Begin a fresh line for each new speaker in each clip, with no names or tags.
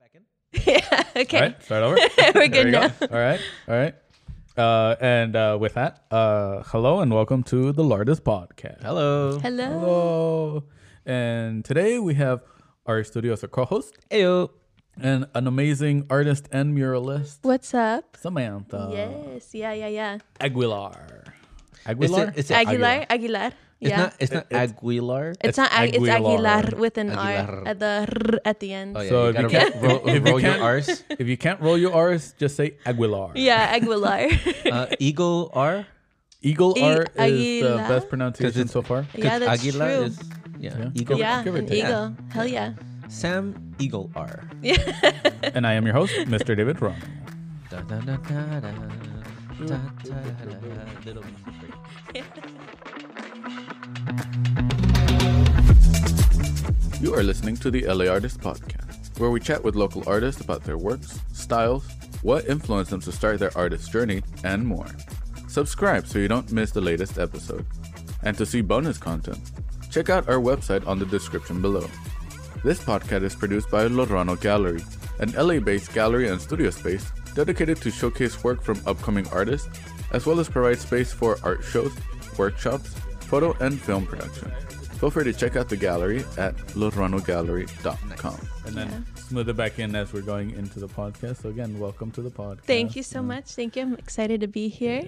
Second.
yeah. Okay.
All right, start over. There
good
we go. All right, all right. Uh, and uh, with that, uh, hello and welcome to the Lardis Podcast.
Hello.
Hello.
Hello. And today we have our studiosa co-host
Ayo.
and an amazing artist and muralist,
What's up?
Uh,
Samantha
yes. Yeah. Yeah. Yeah.
Aguilar.
It's,
Aguilar.
a, it's, a,
Aguilar. Aguilar.
it's
Yeah.
not. It's not Aguilar.
It's, not. Ag- it's
Aguilar.
Aguilar with an R
Aguilar.
at the r at the end.
Oh yeah.
So
you
if you
gotta
can't-
roll,
if you
roll your
can't-
R's.
if you can't roll your R's, just say Aguilar.
Yeah, Aguilar.
Uh, Eagle R.
Eagle
E-
R is the
Aguilar?
best
'Cause
pronunciation
it's-
so far.
yeah,
'Cause
that's
Aguilar
true.
Is, yeah.
Yeah.
Eagle.
yeah,
give or
an
take.
eagle. Hell yeah.
Sam Eagle R.
and I am your host, Mr. David Ron.
Da, da, da, da, da, da, da, da, da. Little music break.
You are listening to the LA Artist Podcast, where we chat with local artists about their works, styles, what influenced them to start their artist journey, and more. Subscribe so you don't miss the latest episode. And to see bonus content, check out our website on the description below. This podcast is produced by Lorano Gallery, an LA based gallery and studio space dedicated to showcase work from upcoming artists, as well as provide space for art shows, workshops, photo and film production. Feel free to check out the gallery at loranogallery.com. And then smooth it back in as we're going into the podcast. So, again, welcome to the podcast.
Thank you so much. Thank you. I'm excited to be here.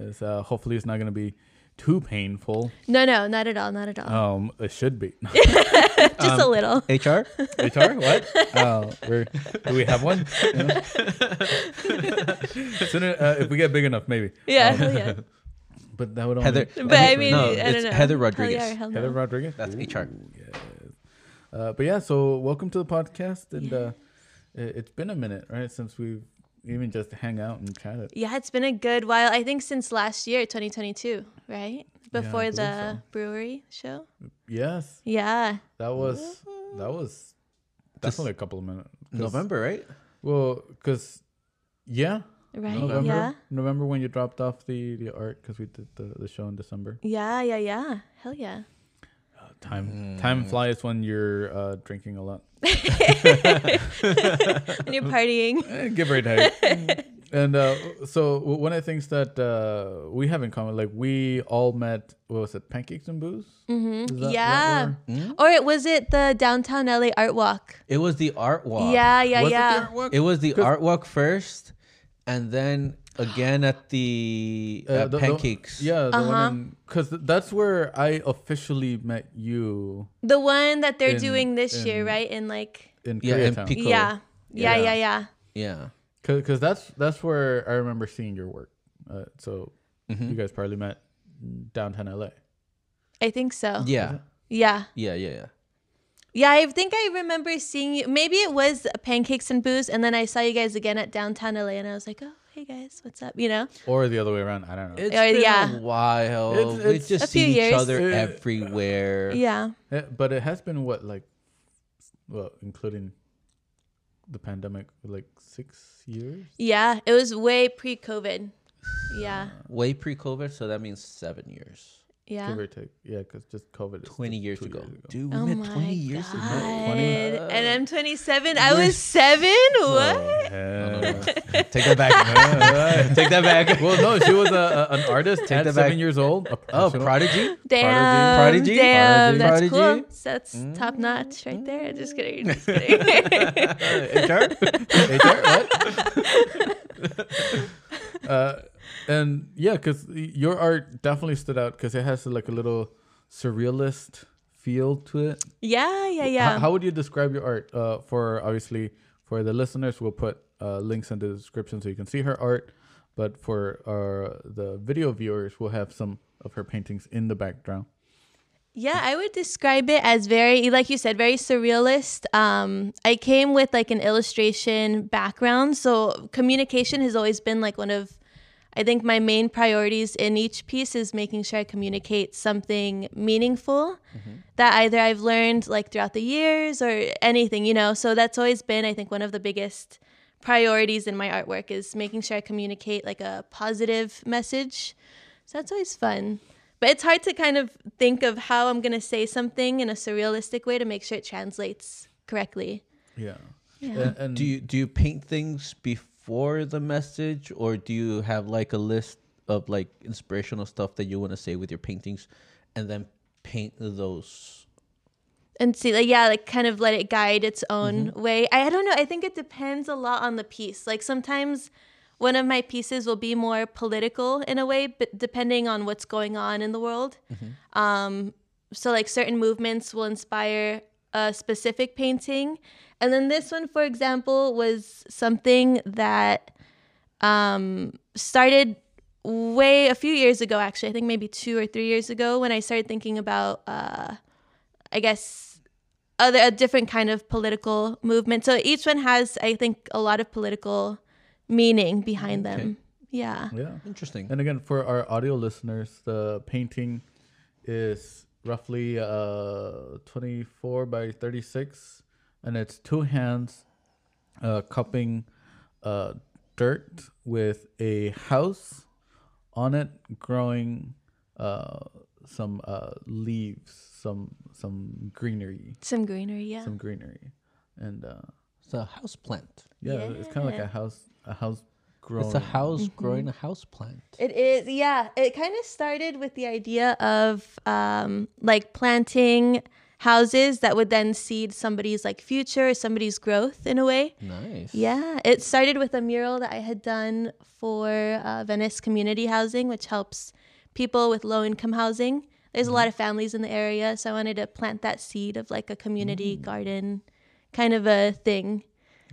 It's, uh, hopefully, it's not going to be too painful.
No, no, not at all. Not at all.
Oh,
Um, it should be.
Just
um,
a little.
HR.
HR? What? Oh, we're, do we have one? You know? Sooner, uh, if we get big enough, maybe.
Yeah. hell yeah.
But that would only
Heather.
But I mean,
oh. no,
I don't
it's
know.
Heather
Hell yeah, or
Rodriguez.
hell no.
Heather Rodriguez.
That's HR.
Uh, but yeah, so welcome to the podcast, and uh, it, it's been a minute, right, since we've even just hang out and chatted.
Yeah, it's been a good while. I think since last year, 2022, right? Before
believe
the
so.
brewery show.
Yes,
Yeah.
that was that was definitely a couple of minutes. 'Cause-
November, right?
Well, because yeah,
Right.
November,
Yeah.
November when you dropped off the the art because we did the, the show in December.
Yeah. Yeah. Yeah. Hell yeah. Hmm.
Time time flies when you're uh, drinking a lot.
When you're partying.
Eh, give or take. and uh, so w- one of the things that uh, we have in common, like we all met, what was it, Pancakes and Booze? Mm-hmm.
yeah.
Mm,
Or it was it the downtown LA art walk?
It was the art walk.
Yeah. Yeah.
was
yeah.
it the artwork?
It was the art walk first, and then again at the, uh,
Uh, the- the-
pancakes.
yeah, the one because that's where I officially met you
The one that they're
In-
doing this year, right? In like,
in
Yeah, in
Koreatown.
Pico. Cool.
yeah. Yeah. Yeah.
Yeah.
Yeah.
yeah.
Because that's that's where I remember seeing your work. Uh, so
Mm-hmm.
you guys probably met downtown LA.
I think so.
Yeah.
Yeah.
Yeah, yeah, yeah.
Yeah, I think I remember seeing you. Maybe it was Pancakes and Booze, and then I saw you guys again at downtown LA, and I was like, oh, hey guys, what's up? You know?
Or the other way around. I don't know.
It's
Uh,
been
yeah.
a while.
It's- it's-
we
A
just
few
see each
years.
other
Uh,
everywhere.
Yeah.
Eh, but it has been what, like, well, including the pandemic, like six years?
Yeah. It was way pre COVID. Yeah.
Way pre-COVID, so that means seven years.
Yeah.
Give or take. Yeah, because just COVID. is
Twenty
two-
years
two
ago.
Dude,
Dude, we
Oh
met
my
twenty years
God.
ago.
And I'm 27. I was seven? What?
Take that back. Take that back. uh,
well, no, she was a, a, an artist at
that
seven
back.
years old. A
Oh,
professional-
prodigy.
Damn.
Prodigy?
Damn.
Prodigy?
That's cool.
Prodigy?
That's top notch right there. Just kidding. Just kidding.
HR.
HR, what? uh, and yeah, because your art definitely stood out because it has like a little surrealist feel to it.
yeah. Yeah.
How-
Yeah.
How, would you describe your art? Uh, for obviously for the listeners, we'll put uh, links in the description so you can see her art. But for our, the video viewers, we'll have some of her paintings in the background.
Yeah, I would describe it as very, like you said, very surrealist. Um, I came with like an illustration background, so communication has always been like one of, I think, my main priorities in each piece is making sure I communicate something meaningful that either I've learned like throughout the years or anything, you know. So that's always been, I think, one of the biggest priorities in my artwork is making sure I communicate like a positive message. So that's always fun. But it's hard to kind of think of how I'm going to say something in a surrealistic way to make sure it translates correctly.
Yeah.
Yeah.
And, and
do you do you paint things before the message or do you have like a list of like inspirational stuff that you want to say with your paintings and then paint those
and see like yeah like kind of let it guide its own way I, I don't know i think it depends a lot on the piece like sometimes one of my pieces will be more political in a way but depending on what's going on in the world um, so like certain movements will inspire a specific painting and then this one for example was something that um, started way a few years ago actually i think maybe two or three years ago when i started thinking about uh, I guess other a different kind of political movement. So each one has, I think, a lot of political meaning behind them. Yeah.
yeah.
interesting
And again, for our audio listeners, the painting is roughly uh, 24 by 36, and it's two hands uh, cupping uh, dirt with a house on it growing uh, some uh, leaves, some some greenery,
Some greenery, yeah.
some greenery, and uh,
it's a house plant
yeah, it's kind of like a house, a house growing.
it's a house growing a house plant
Mm-hmm. It is, yeah. It kind of started with the idea of um, like planting houses that would then seed somebody's like future, somebody's growth in a way.
nice
Yeah, it started with a mural that I had done for uh, Venice Community Housing, which helps people with low income housing. There's a lot of families in the area, so I wanted to plant that seed of like a community garden kind of a thing.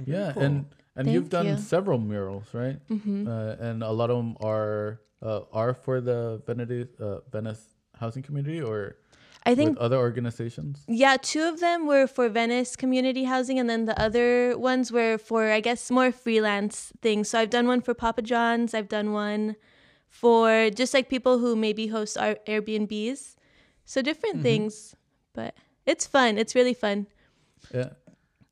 Yeah, and and you've
Thank
done
you.
several murals, right? Mm-hmm. Uh, and a lot of them are uh, are for the Venice uh, Venice housing community or
I think,
with other organizations.
yeah, two of them were for Venice Community Housing, and then the other ones were for, I guess, more freelance things. So I've done one for Papa John's, I've done one for just like people who maybe host our Airbnbs. So different things, but it's fun. It's really fun.
Yeah,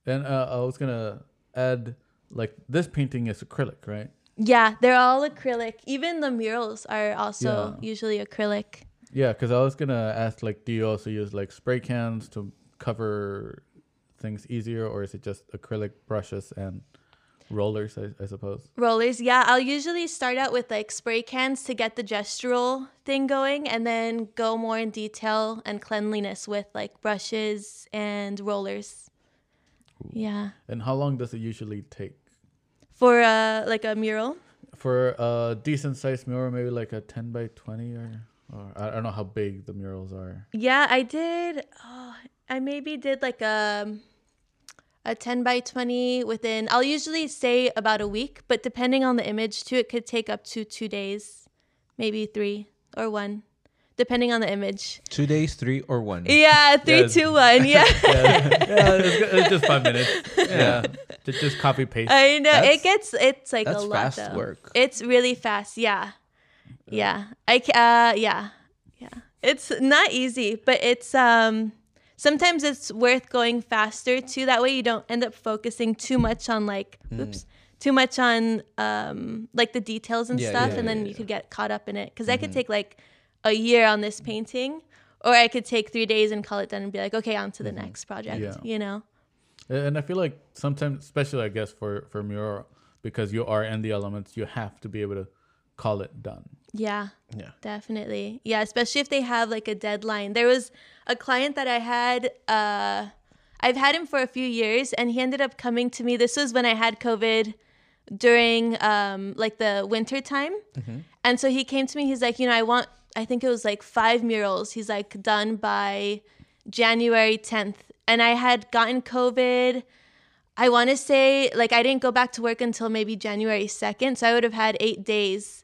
and uh, I was gonna add like this painting is acrylic, right?
Yeah, they're all acrylic. Even the murals are also
Yeah.
usually acrylic.
Yeah, because I was gonna ask like, do you also use like spray cans to cover things easier, or is it just acrylic brushes and rollers? I, I suppose.
Rollers, yeah. I'll usually start out with like spray cans to get the gestural thing going and then go more in detail and cleanliness with like brushes and rollers. Yeah.
And how long does it usually take?
For uh like a mural.
for a decent sized mural, maybe like a 10 by 20 or, or I don't know how big the murals are.
Yeah, I did oh I maybe did like a a 10 by 20 within I'll usually say about a week, but depending on the image too, it could take up to 2 days, maybe 3 or 1, depending on the image.
two days three or one
Yeah, three,
Yes.
two, one. Yeah.
yeah, it's, it's just five minutes. Yeah, Ju- just, copy paste.
I know.
That's-
it gets it's like
that's
a lot
fast
though.
work.
It's really fast. Yeah. Yeah. I ca- uh yeah. Yeah. It's not easy, but it's um sometimes it's worth going faster too that way you don't end up focusing too much on like
Mm.
oops too much on um like the details and
Yeah,
stuff
yeah,
and then
yeah, Mm-hmm.
you could get caught up in it because i could take like a year on this painting or i could take three days and call it done and be like okay on to the
Mm-hmm.
next project
Yeah.
you know
And I feel like sometimes, especially I guess for, for mural, because you are in the elements, you have to be able to call it done.
yeah
yeah
Definitely. Yeah, especially if they have like a deadline. There was a client that I had uh I've had him for a few years and he ended up coming to me. This was when I had COVID during um like the winter time. And so he came to me, he's like, you know, I want I think it was like five murals. He's like done by January 10th. And I had gotten COVID. I want to say like I didn't go back to work until maybe January 2nd, so I would have had 8 days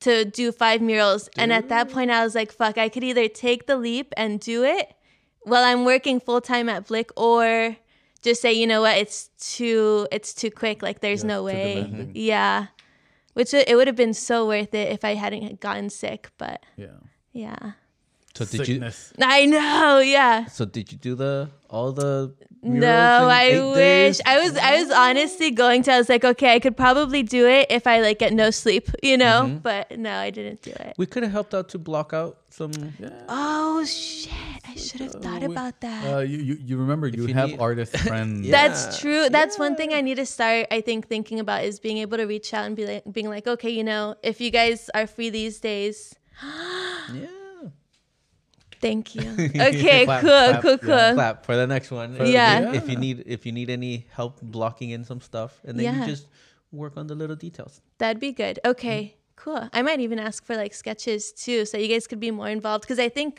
to do five murals. And at that point I was like, fuck, I could either take the leap and do it while I'm working full time at Blick or just say, you know what, it's too it's too quick, like there's
Yeah,
no
it's too
way.
demanding.
Yeah. Which it it would have been so worth it if I hadn't gotten sick, but
Yeah.
yeah.
so did you
Sickness.
I know, yeah.
so did you do the all the murals
No,
in
I
eight
wish.
days?
I was I was honestly going to I was like, okay, I could probably do it if I like get no sleep, you know? But no, I didn't do it.
we could have helped out to block out some
Oh shit. I should have thought about that.
Uh, you, you you remember you,
you
have
need-
artist friends.
Yeah.
That's true. That's one thing I need to start, I think, thinking about is being able to reach out and be like, being like, okay, you know, if you guys are free these days,
Yeah.
thank you. Okay,
Clap,
cool,
clap,
cool, cool.
yeah, Clap for the next one. If you-
Yeah.
If you need if you need any help blocking in some stuff, and then
Yeah.
you just work on the little details.
That'd be good. Okay, cool. I might even ask for like sketches too, so you guys could be more involved. Because I think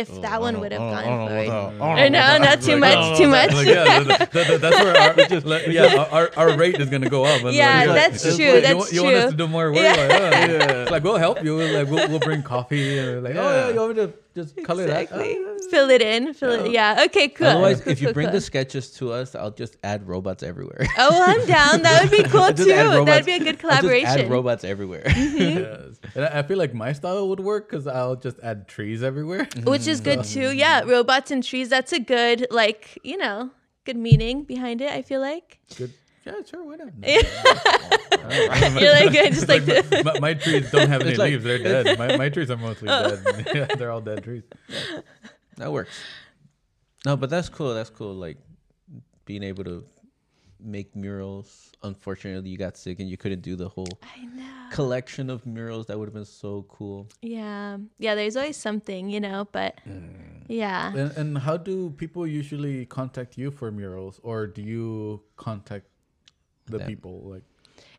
if that one would have gone for
Oh,
it.
Oh,
I know, not too much, too much.
Like, yeah, th- th- th- that's where our, like, yeah, our, our rate is gonna go up.
Yeah,
And like, you're
that's
it's
true,
like, you,
that's
want- you want us to
true.
do more work? Like, oh, yeah. It's like we'll help you. Like we'll, we'll bring coffee. And like, oh yeah, you want me to just color
Exactly. Fill it in. Fill it. Oh, Yeah. Okay. Cool.
Otherwise,
Cool,
if you
cool,
bring
cool.
the sketches to us, I'll just add robots everywhere.
oh, I'm down. That would be cool too. That'd be a good
I'll just
collaboration.
add robots everywhere.
that? Yes. And I I feel like my style would work because I'll just add trees everywhere.
which is good
Mm.
too. Yeah, robots and trees. That's a good like you know good meaning behind it. I feel like
Good. Yeah, sure, why not?
you're like I just like the-
my, my trees don't have any
like-
leaves; they're dead. My, my trees are mostly
Oh.
dead. yeah, they're all dead trees.
that works. No, but that's cool. That's cool. Like being able to make murals. Unfortunately, you got sick and you couldn't do the whole
I know.
collection of murals. That would have been so cool.
Yeah, yeah. There's always something you know, but
Mm.
yeah.
And, and how do people usually contact you for murals, or do you contact the
Them.
people? Like,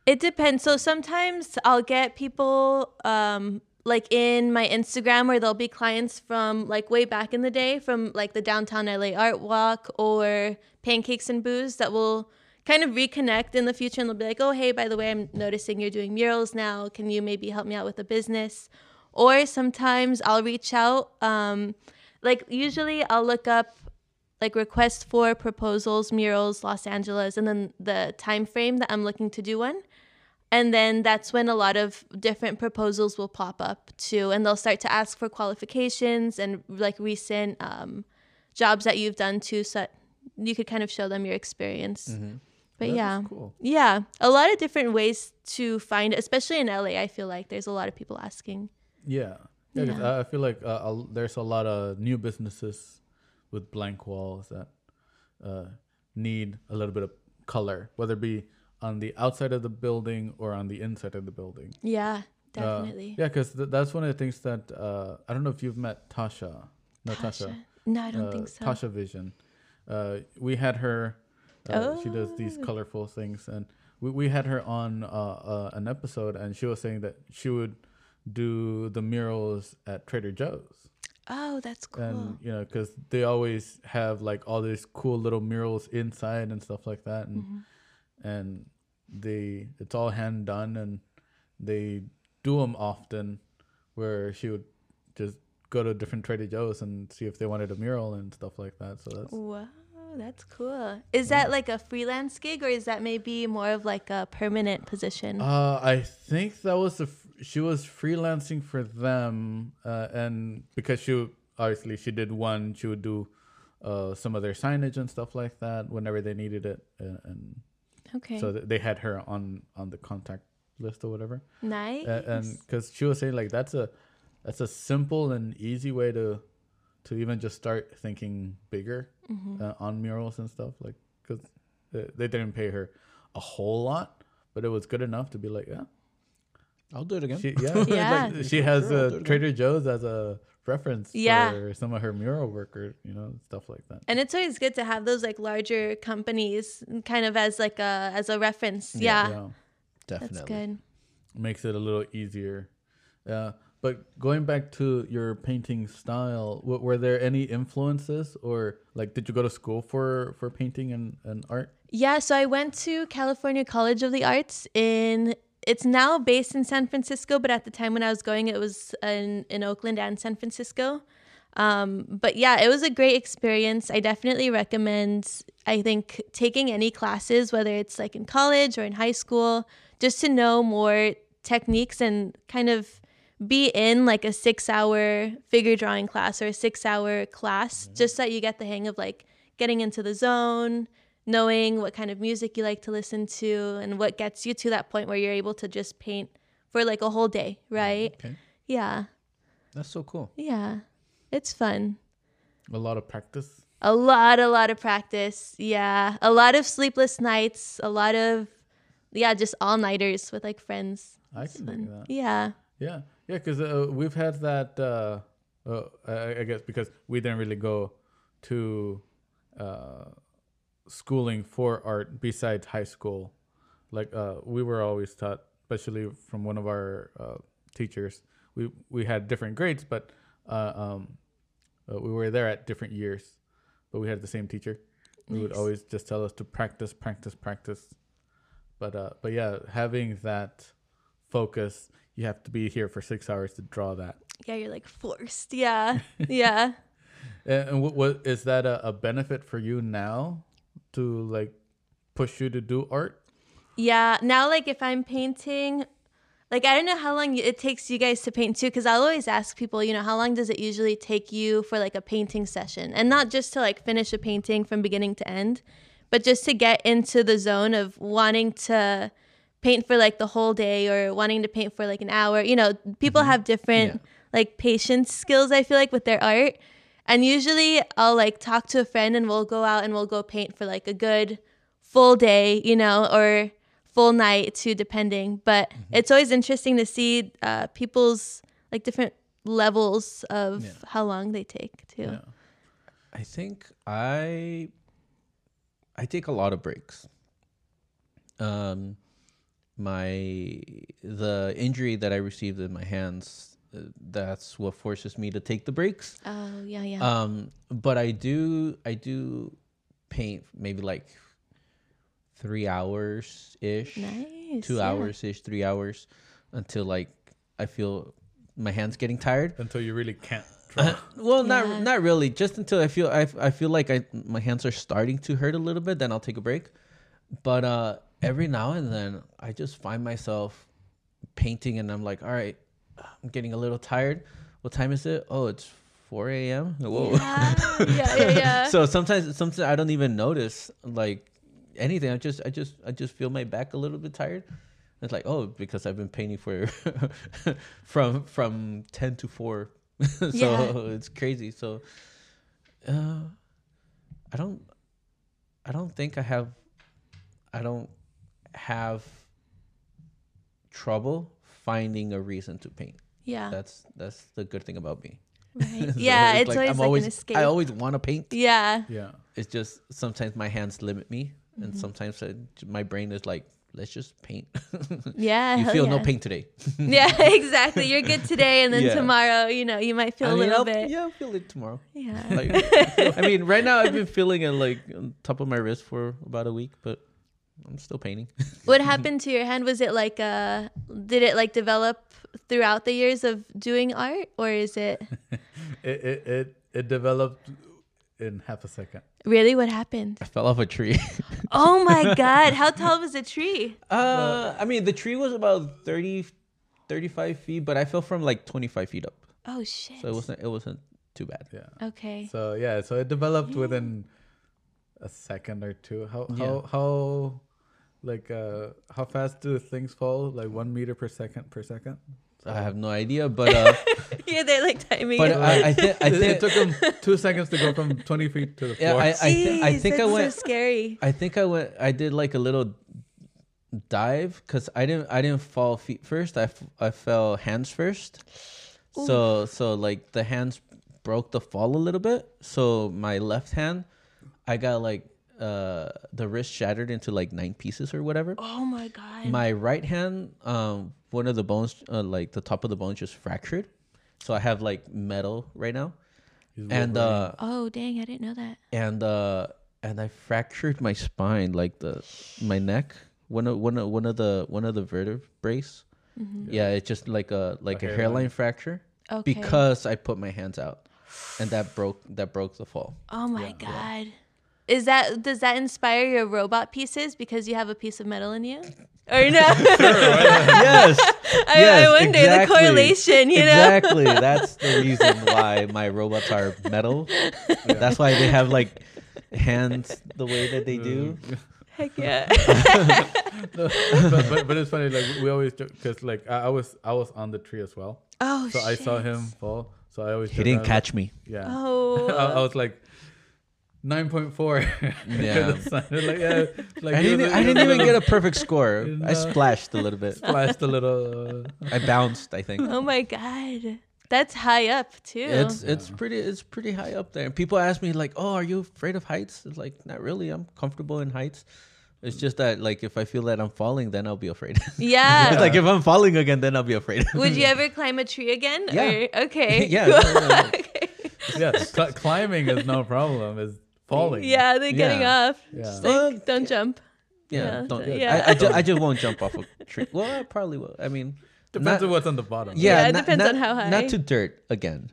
It depends. So sometimes I'll get people um like in my Instagram where there'll be clients from like way back in the day from like the downtown LA Art Walk or Pancakes and Booze that will kind of reconnect in the future and they'll be like, "Oh, hey, by the way, I'm noticing you're doing murals now. Can you maybe help me out with a business?" Or sometimes I'll reach out um like usually I'll look up like request for proposals murals los angeles and then the time frame that i'm looking to do one and then that's when a lot of different proposals will pop up too and they'll start to ask for qualifications and like recent um, jobs that you've done too so that you could kind of show them your experience but
Mm-hmm. that's
yeah
cool.
yeah a lot of different ways to find especially in la i feel like there's a lot of people asking
Yeah, yeah. 'cause I I feel like uh, a- there's a lot of new businesses with blank walls that uh, need a little bit of color, whether it be on the outside of the building or on the inside of the building.
yeah
Uh,
definitely
yeah, because th- that's one of the things that uh, I don't know if you've met Tasha. Natasha.
Tasha. no i don't
uh,
think so
Tasha Vision. Uh, we had her. Uh, She does these
Oh.
colorful things, and we, we had her on uh, uh, an episode, and she was saying that she would do the murals at Trader Joe's,
oh that's cool
and you know, because they always have like all these cool little murals inside and stuff like that, and and they it's all hand done, and they do them often, where she would just go to different Trader Joe's and see if they wanted a mural and stuff like that. So that's
Wow, that's cool. Is that like a freelance gig or is that maybe more of like a permanent position?
Uh, I think that was the f- she was freelancing for them, uh, and because she would- obviously she did one, she would do uh, some of their signage and stuff like that whenever they needed it, and, and
okay.
so th- they had her on on the contact list or whatever.
nice.
A- and because she was saying like that's a that's a simple and easy way to to even just start thinking bigger
Mm-hmm.
uh, on murals and stuff like because they didn't pay her a whole lot but it was good enough to be like yeah
I'll do it again.
she yeah,
Yeah.
like, she has
Sure, I'll do
uh,
it
Trader Joe's as a reference
Yeah.
for some of her mural work or you know stuff like that
and it's always good to have those like larger companies kind of as like a as a reference. Yeah.
yeah
Definitely.
That's good.
makes it a little easier uh, but going back to your painting style w- were there any influences or like did you go to school for for painting and, and art
Yeah, so I went to California College of the Arts in it's now based in San Francisco, but at the time when I was going it was in, in Oakland and San Francisco. Um, but yeah, it was a great experience. I definitely recommend I think taking any classes whether it's like in college or in high school just to know more techniques and kind of be in like a 6-hour figure drawing class or a 6-hour class just so that you get the hang of like getting into the zone, knowing what kind of music you like to listen to and what gets you to that point where you're able to just paint for like a whole day, right?
okay
Yeah.
That's so cool.
Yeah. It's fun.
A lot of practice.
A lot, a lot of practice. Yeah. A lot of sleepless nights. A lot of, yeah, just all nighters with like friends.
I can do that.
Yeah.
Yeah, yeah, because uh, we've had that. Uh, uh, I, I guess because we didn't really go to uh, schooling for art besides high school. Like uh, we were always taught, especially from one of our uh, teachers. We we had different grades, but uh, um, uh, we were there at different years, but we had the same teacher. Who would always just tell us to practice, practice, practice. But uh, but yeah, having that focus, you have to be here for six hours to draw that.
Yeah. You're like forced. Yeah. yeah.
And, and what, what is that a, a benefit for you now to like push you to do art?
Yeah. Now, like if I'm painting, like I don't know how long it takes you guys to paint too, because I'll always ask people, you know, how long does it usually take you for like a painting session, and not just to like finish a painting from beginning to end, but just to get into the zone of wanting to paint for like the whole day or wanting to paint for like an hour. You know, people have different
Mm-hmm. Yeah.
like patience skills. I feel like with their art. And usually I'll like talk to a friend and we'll go out and we'll go paint for like a good full day, you know, or full night too, depending. But
Mm-hmm.
it's always interesting to see uh, people's like different levels of how long they take too.
Yeah.
I think I I take a lot of breaks. Um my the injury that I received in my hands uh, that's what forces me to take the breaks.
Oh yeah, yeah,
Um but I do I do paint maybe like 3 hours ish.
nice.
2
yeah.
hours ish, 3 hours until like I feel my hands getting tired.
Until you really can't draw.
Well,
Yeah.
not not really. Just until I feel I, I feel like I my hands are starting to hurt a little bit, then I'll take a break. But uh, every now and then, I just find myself painting, and I'm like, all right, I'm getting a little tired. What time is it? Oh, it's 4 a.m. Whoa.
Yeah, yeah, yeah. yeah.
so sometimes sometimes I don't even notice like anything. I just I just I just feel my back a little bit tired. It's like oh because I've been painting for from from ten to four, so
Yeah.
it's crazy. So uh, I don't I don't think I have I don't have trouble finding a reason to paint.
yeah.
That's that's the good thing about me.
Ah. Right.
So
Yeah, it's, always
I'm
like an escape.
I always want to paint
yeah.
yeah.
it's just sometimes my hands limit me
Mm-hmm.
and sometimes I, my brain is like let's just paint
Yeah.
you
hell
feel
Uh, yeah.
no pain today
Yeah, exactly. You're good today, and then
Yeah.
tomorrow, you know, you might feel a
And, you
little
know,
bit.
yeah i'll feel it tomorrow
Yeah.
like i mean right now i've been feeling it like on top of my wrist for about a week but i'm still painting
What
mm-hmm.
happened to your hand? Was it like uh did it like develop throughout the years of doing art, or is it
It, it it it developed in half a second.
really what happened?
i fell off a tree
Oh my God! How tall was the tree?
uh i mean the tree was about 30 35 feet but i fell from like 25 feet up
Oh shit!
so it wasn't it wasn't too bad
Yeah.
okay.
So yeah, so it developed within a second or two. How how how like uh how fast do things fall? Like one meter per second per second?
i have no idea but uh
yeah, they like timing.
but
it.
i, I, thi-
it,
I think
it took them two seconds to go from twenty feet to the floor.
Yeah, I- I thi- I
Jeez,
think I
that's
went-
So scary.
I think I went. I did like a little dive because I didn't. I didn't fall feet first. I, f- I fell hands first. So so like the hands broke the fall a little bit. So my left hand, I got like uh the wrist shattered into like nine pieces or whatever.
Oh my God!
My right hand, um, one of the bones, uh, like the top of the bone, just fractured. So I have like metal right now,
He's
and
Wolverine.
uh
oh dang! I didn't know that.
and uh and I fractured my spine, like the my neck, one of one of one of the one of the vertebrae. Yeah, it's just like a like a, hairline.
hairline.
fracture
Okay.
because I put my hands out, and that broke that broke the fall.
Oh my god. Is that does that inspire your robot pieces because you have a piece of metal in you? Or no?
yes,
I,
yes,
I wonder
exactly.
the correlation, you know?
exactly. That's the reason why my robots are metal. That's why they have like hands the way that they do.
Mm.
Heck yeah.
No, but, but, but it's funny like we always joke because like I, I was I was on the tree as well.
Oh
So I saw
shit.
him fall.
So I always
He
joke, I
didn't
was
catch me.
Like, yeah. I, I
Oh,
was like. 9.4
Yeah.
It sounded like, yeah, like
I
it was
didn't. e,
a-
I
it was
didn't even
a
get a perfect score.
No.
I splashed a little bit.
splashed a little uh,
I bounced. I think.
oh my god, that's high up too.
It's it's pretty it's pretty high up there. And people ask me like, "Oh, are you afraid of heights?" It's like, not really. I'm comfortable in heights. It's just that like if I feel that I'm falling, then I'll be afraid.
yeah.
It's like if I'm falling again, then I'll be afraid.
Would you ever climb a tree again?
Yeah.
Or- okay.
Yeah, no, no, no.
okay.
yeah cl- climbing is no problem it's falling
Yeah, they're getting
Yeah.
up.
Yeah.
Just
Well,
like, don't jump.
yeah,
Yeah,
don't.
yeah.
I, I, ju- I just won't jump off a tree. Well, I probably will. I mean,
depends
not-
on what's on the bottom
yeah,
Yeah, it
not-
depends on
not-
how high.
Not to dirt again.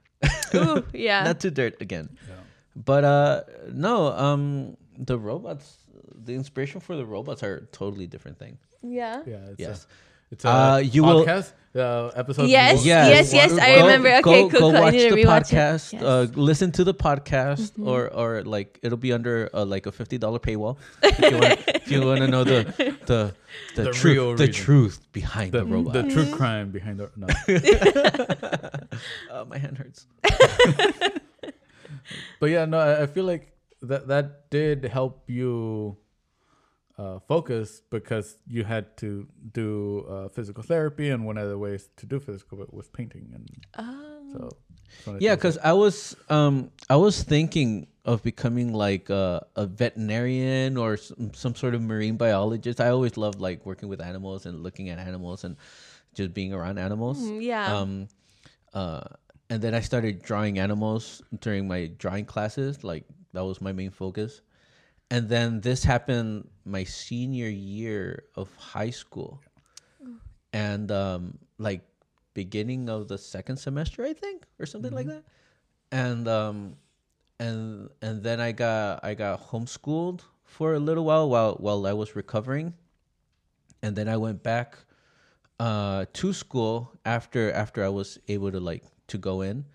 Ooh, yeah.
Not to dirt again.
Yeah.
But uh, no. Um, the robots. The inspiration for the robots are a totally different thing.
yeah.
yeah it's
Yes.
a, it's a
Uh, you will-
podcast, uh, episode
Yes,
one.
yes, yes, I
Go-
remember. Okay,
go,
cool,
go
cool. I
watch
need to
the
rewatch it.
podcast.
Yes. Mm-hmm.
Uh, listen to the podcast, or or like it'll be under uh, like a fifty dollar paywall if you want if you want to know the the the,
The
truth
real
the
reason.
truth behind the,
the,
robot.
the
Mm.
true crime behind the no.
Uh, my hand hurts.
but yeah no I, I feel like that that did help you uh, focus because you had to do uh, physical therapy and one of the ways to do physical was painting and
Um,
so it's one of the
Yeah,
things
because I was um I was thinking of becoming like a, a veterinarian or some, some sort of marine biologist. I always loved like working with animals and looking at animals and just being around animals.
Mm, Yeah.
um uh and then i started drawing animals during my drawing classes like that was my main focus and then this happened my senior year of high school and um like beginning of the second semester i think or something like that and um and and then i got i got homeschooled for a little while while while i was recovering and then i went back uh, to school after after I was able to like to go in,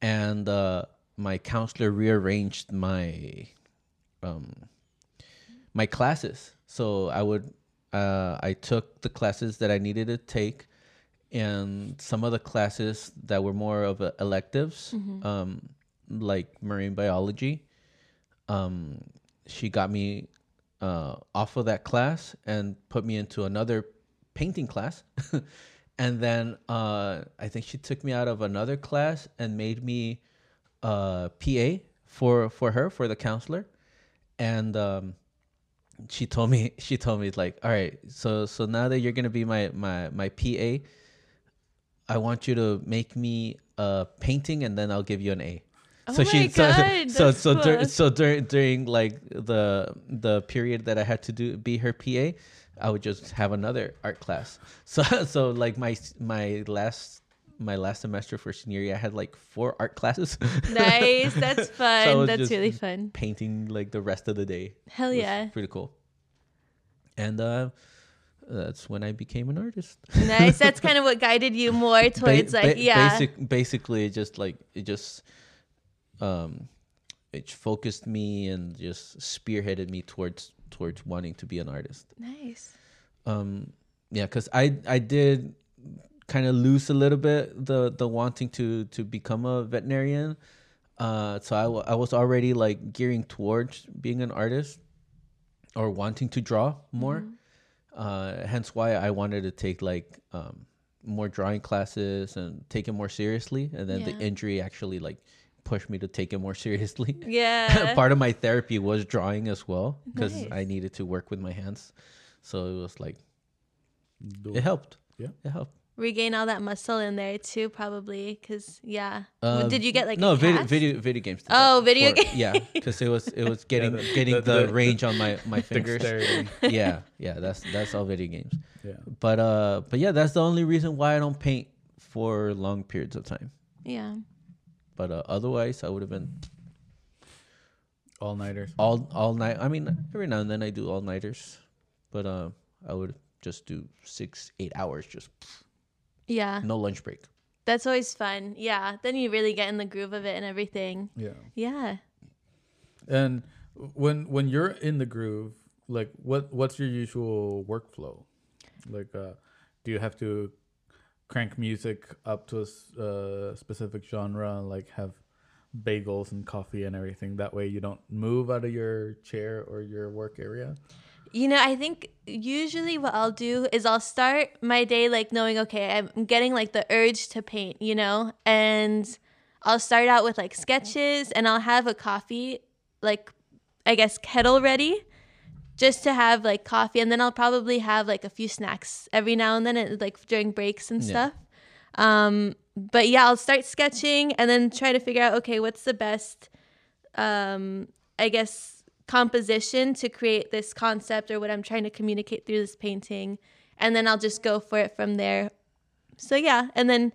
and uh, my counselor rearranged my um, my classes. So I would uh, I took the classes that I needed to take, and some of the classes that were more of uh, electives, um, like marine biology. Um, she got me uh, off of that class and put me into another painting class. and then uh, I think she took me out of another class and made me uh, PA for for her for the counselor. And um, she told me she told me like, all right, so so now that you're gonna be my my my PA, I want you to make me a painting and then I'll give you an A.
Oh
so she
my
so
God,
so
that's
so, dur-
cool.
so during during like the the period that I had to do be her PA, I would just have another art class. So so like my my last my last semester for senior year, I had like four art classes.
nice. That's fun.
was
That's
just-
really fun.
painting like the rest of the day.
Hell
It
Oh,
was
yeah.
pretty cool. And uh, that's when I became an artist.
nice. That's kind of what guided you more
Ba-
towards
ba-
like yeah.
basic, basically it just like it just um it focused me and just spearheaded me towards towards wanting to be an artist
Nice.
um yeah because i i did kind of lose a little bit the the wanting to to become a veterinarian uh so I wa- I was already like gearing towards being an artist or wanting to draw more
Mm-hmm.
uh hence why i wanted to take like um more drawing classes and take it more seriously and then the
Yeah.
injury actually like pushed me to take it more seriously
Yeah.
part of my therapy was drawing as well because
Nice.
I needed to work with my hands. So it was like
Do-
it helped.
Yeah.
it helped.
Regain all that muscle in there too, probably. Cause yeah.
Uh,
Did you get like
no
a
video,
cast?
video video games? did
Oh,
that
video
for-
games.
Yeah, because it was it was getting
the-
getting
the-
the,
the-
range on my my fingers.
dexterity.
yeah, yeah, that's that's all video games.
yeah
But uh, but yeah, that's the only reason why I don't paint for long periods of time.
Yeah.
But uh, otherwise, I would have been
all nighters
all all night. I mean, every now and then I do all nighters, but uh, I would just do six eight hours, just
Yeah.
no lunch break.
That's always fun. Yeah. Then you really get in the groove of it and everything.
yeah
Yeah.
And when when you're in the groove, like what what's your usual workflow? Like uh do you have to
crank music up to a s- uh, specific genre, like have bagels and coffee and everything. That way you don't move out of your chair or your work area.
You know, I think usually what I'll do is I'll start my day like knowing, okay, I'm getting like the urge to paint, you know? And I'll start out with like sketches and I'll have a coffee, like, I guess, kettle ready just to have like coffee. And then I'll probably have like a few snacks every now and then, and, like during breaks and
Yeah.
stuff. Um, but yeah, I'll start sketching and then try to figure out, okay, what's the best um, I guess, composition to create this concept or what I'm trying to communicate through this painting. And then I'll just go for it from there. So, yeah. And then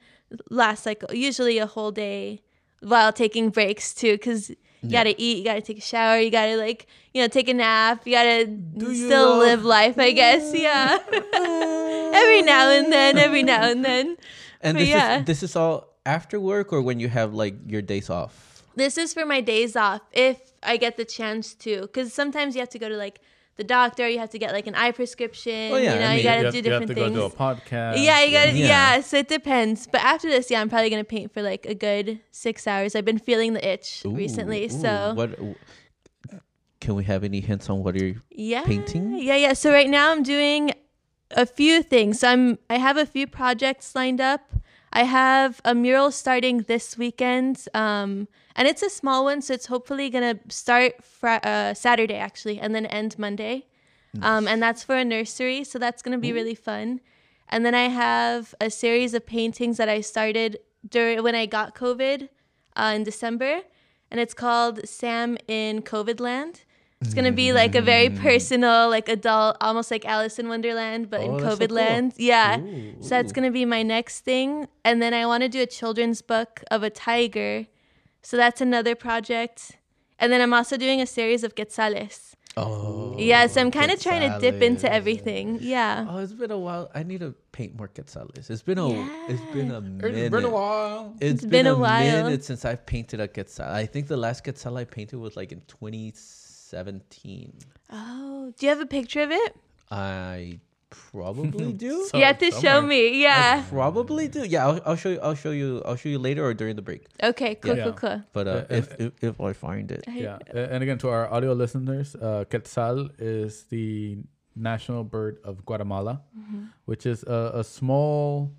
last, like, usually a whole day while taking breaks too, because you gotta eat, you gotta take a shower, you gotta, like, you know, take a nap, you gotta
you
still
love-
live life, I guess. Yeah. every now and then, every now and then.
And
But
this
yeah.
is this is all after work or when you have like your days off.
this is for my days off if I get the chance to. Because sometimes you have to go to like the doctor, you have to get like an eye prescription.
Oh, yeah,
you know,
I
you
mean,
gotta
you have,
do
you have
different
to
things.
go to a podcast.
yeah, you gotta,
Yeah.
yeah. So it depends. But after this, yeah, I'm probably gonna paint for like a good six hours. I've been feeling the itch
Ooh,
recently,
ooh,
so
what can we have any hints on what you're
yeah,
painting?
Yeah, yeah. So right now I'm doing a few things. So I'm I have a few projects lined up. I have a mural starting this weekend, um, and it's a small one, so it's hopefully gonna start fr- uh, Saturday actually, and then end Monday. Um, and that's for a nursery, so that's gonna be really fun. And then I have a series of paintings that I started during when I got COVID uh, in December, and it's called Sam in COVID Land. It's gonna be like a
Mm.
very personal, like adult, almost like Alice in Wonderland, but in
Oh, that's so
COVID
cool.
land. Yeah.
Ooh,
So that's gonna be my next thing, and then I want to do a children's book of a tiger, so that's another project. And then I'm also doing a series of quetzales.
Oh,
yeah, so I'm kind of trying to dip into
quetzales.
everything. Yeah.
Oh, it's been a while. I need to paint more quetzales. It's been a it's been a minute.
It's been a while.
it's been, a, while. minute since I've painted a quetzal. I think the last quetzal I painted was like in 2017.
Oh, do you have a picture of it?
I probably do.
So
you have to
it's
show
somewhere.
me. Yeah.
Probably do. Yeah, I'll, I'll show you. I'll show you. I'll show you later or during the break.
Okay. Cool.
Yeah.
Cool. Cool.
But uh,
Uh,
if, if if I find it,
Yeah.
uh,
A- And again, to our audio listeners, uh, Quetzal is the national bird of Guatemala,
Mm-hmm.
which is a, a small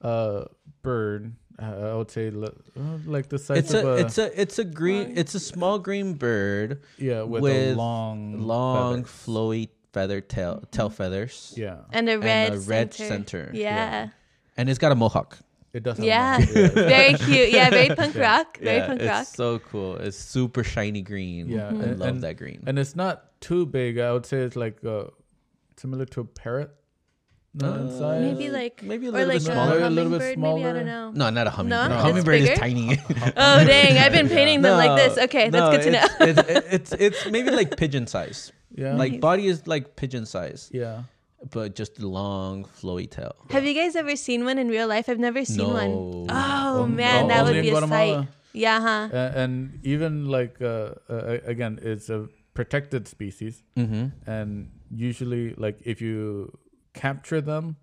uh, bird. Uh, I would say li- uh, like the size
it's
of
a
a,
it's a it's a green it's a small green bird
yeah with, a
with
long
Mm, long
feather.
flowy feather tail tail feathers
yeah.
And a
a
Mm-hmm. red.
red center.
Yeah.
and it's got a mohawk
It doesn't.
Yeah.
look-
very cute. Yeah. Very punk rock. Very
yeah,
punk
it's
rock.
so cool it's super shiny green
Yeah,
Mm-hmm.
i
and-
love
and-
that green
and it's not too big. I would say it's like uh, similar to a parrot. No,
Uh,
inside.
Maybe like
maybe a
or
little bit
like
smaller.
A,
A little bit
hummingbird, Maybe I
smaller.
don't know.
no not a hummingbird
No? It's
hummingbird is
bigger?
tiny uh,
Oh dang! I've been painting them like this.
No,
Okay,
no,
that's good to know.
it's, it's, it's it's maybe like pigeon size
yeah,
like body is like pigeon size
yeah.
but just long flowy tail
Have you guys ever seen one in real life? I've never seen
No.
one. Oh
Um,
man,
no,
that would be
only in
a sight.
Guatemala.
Yeah, huh?
A- and even like uh, uh, again, it's a protected species,
mm-hmm.
and usually, like if you capture them,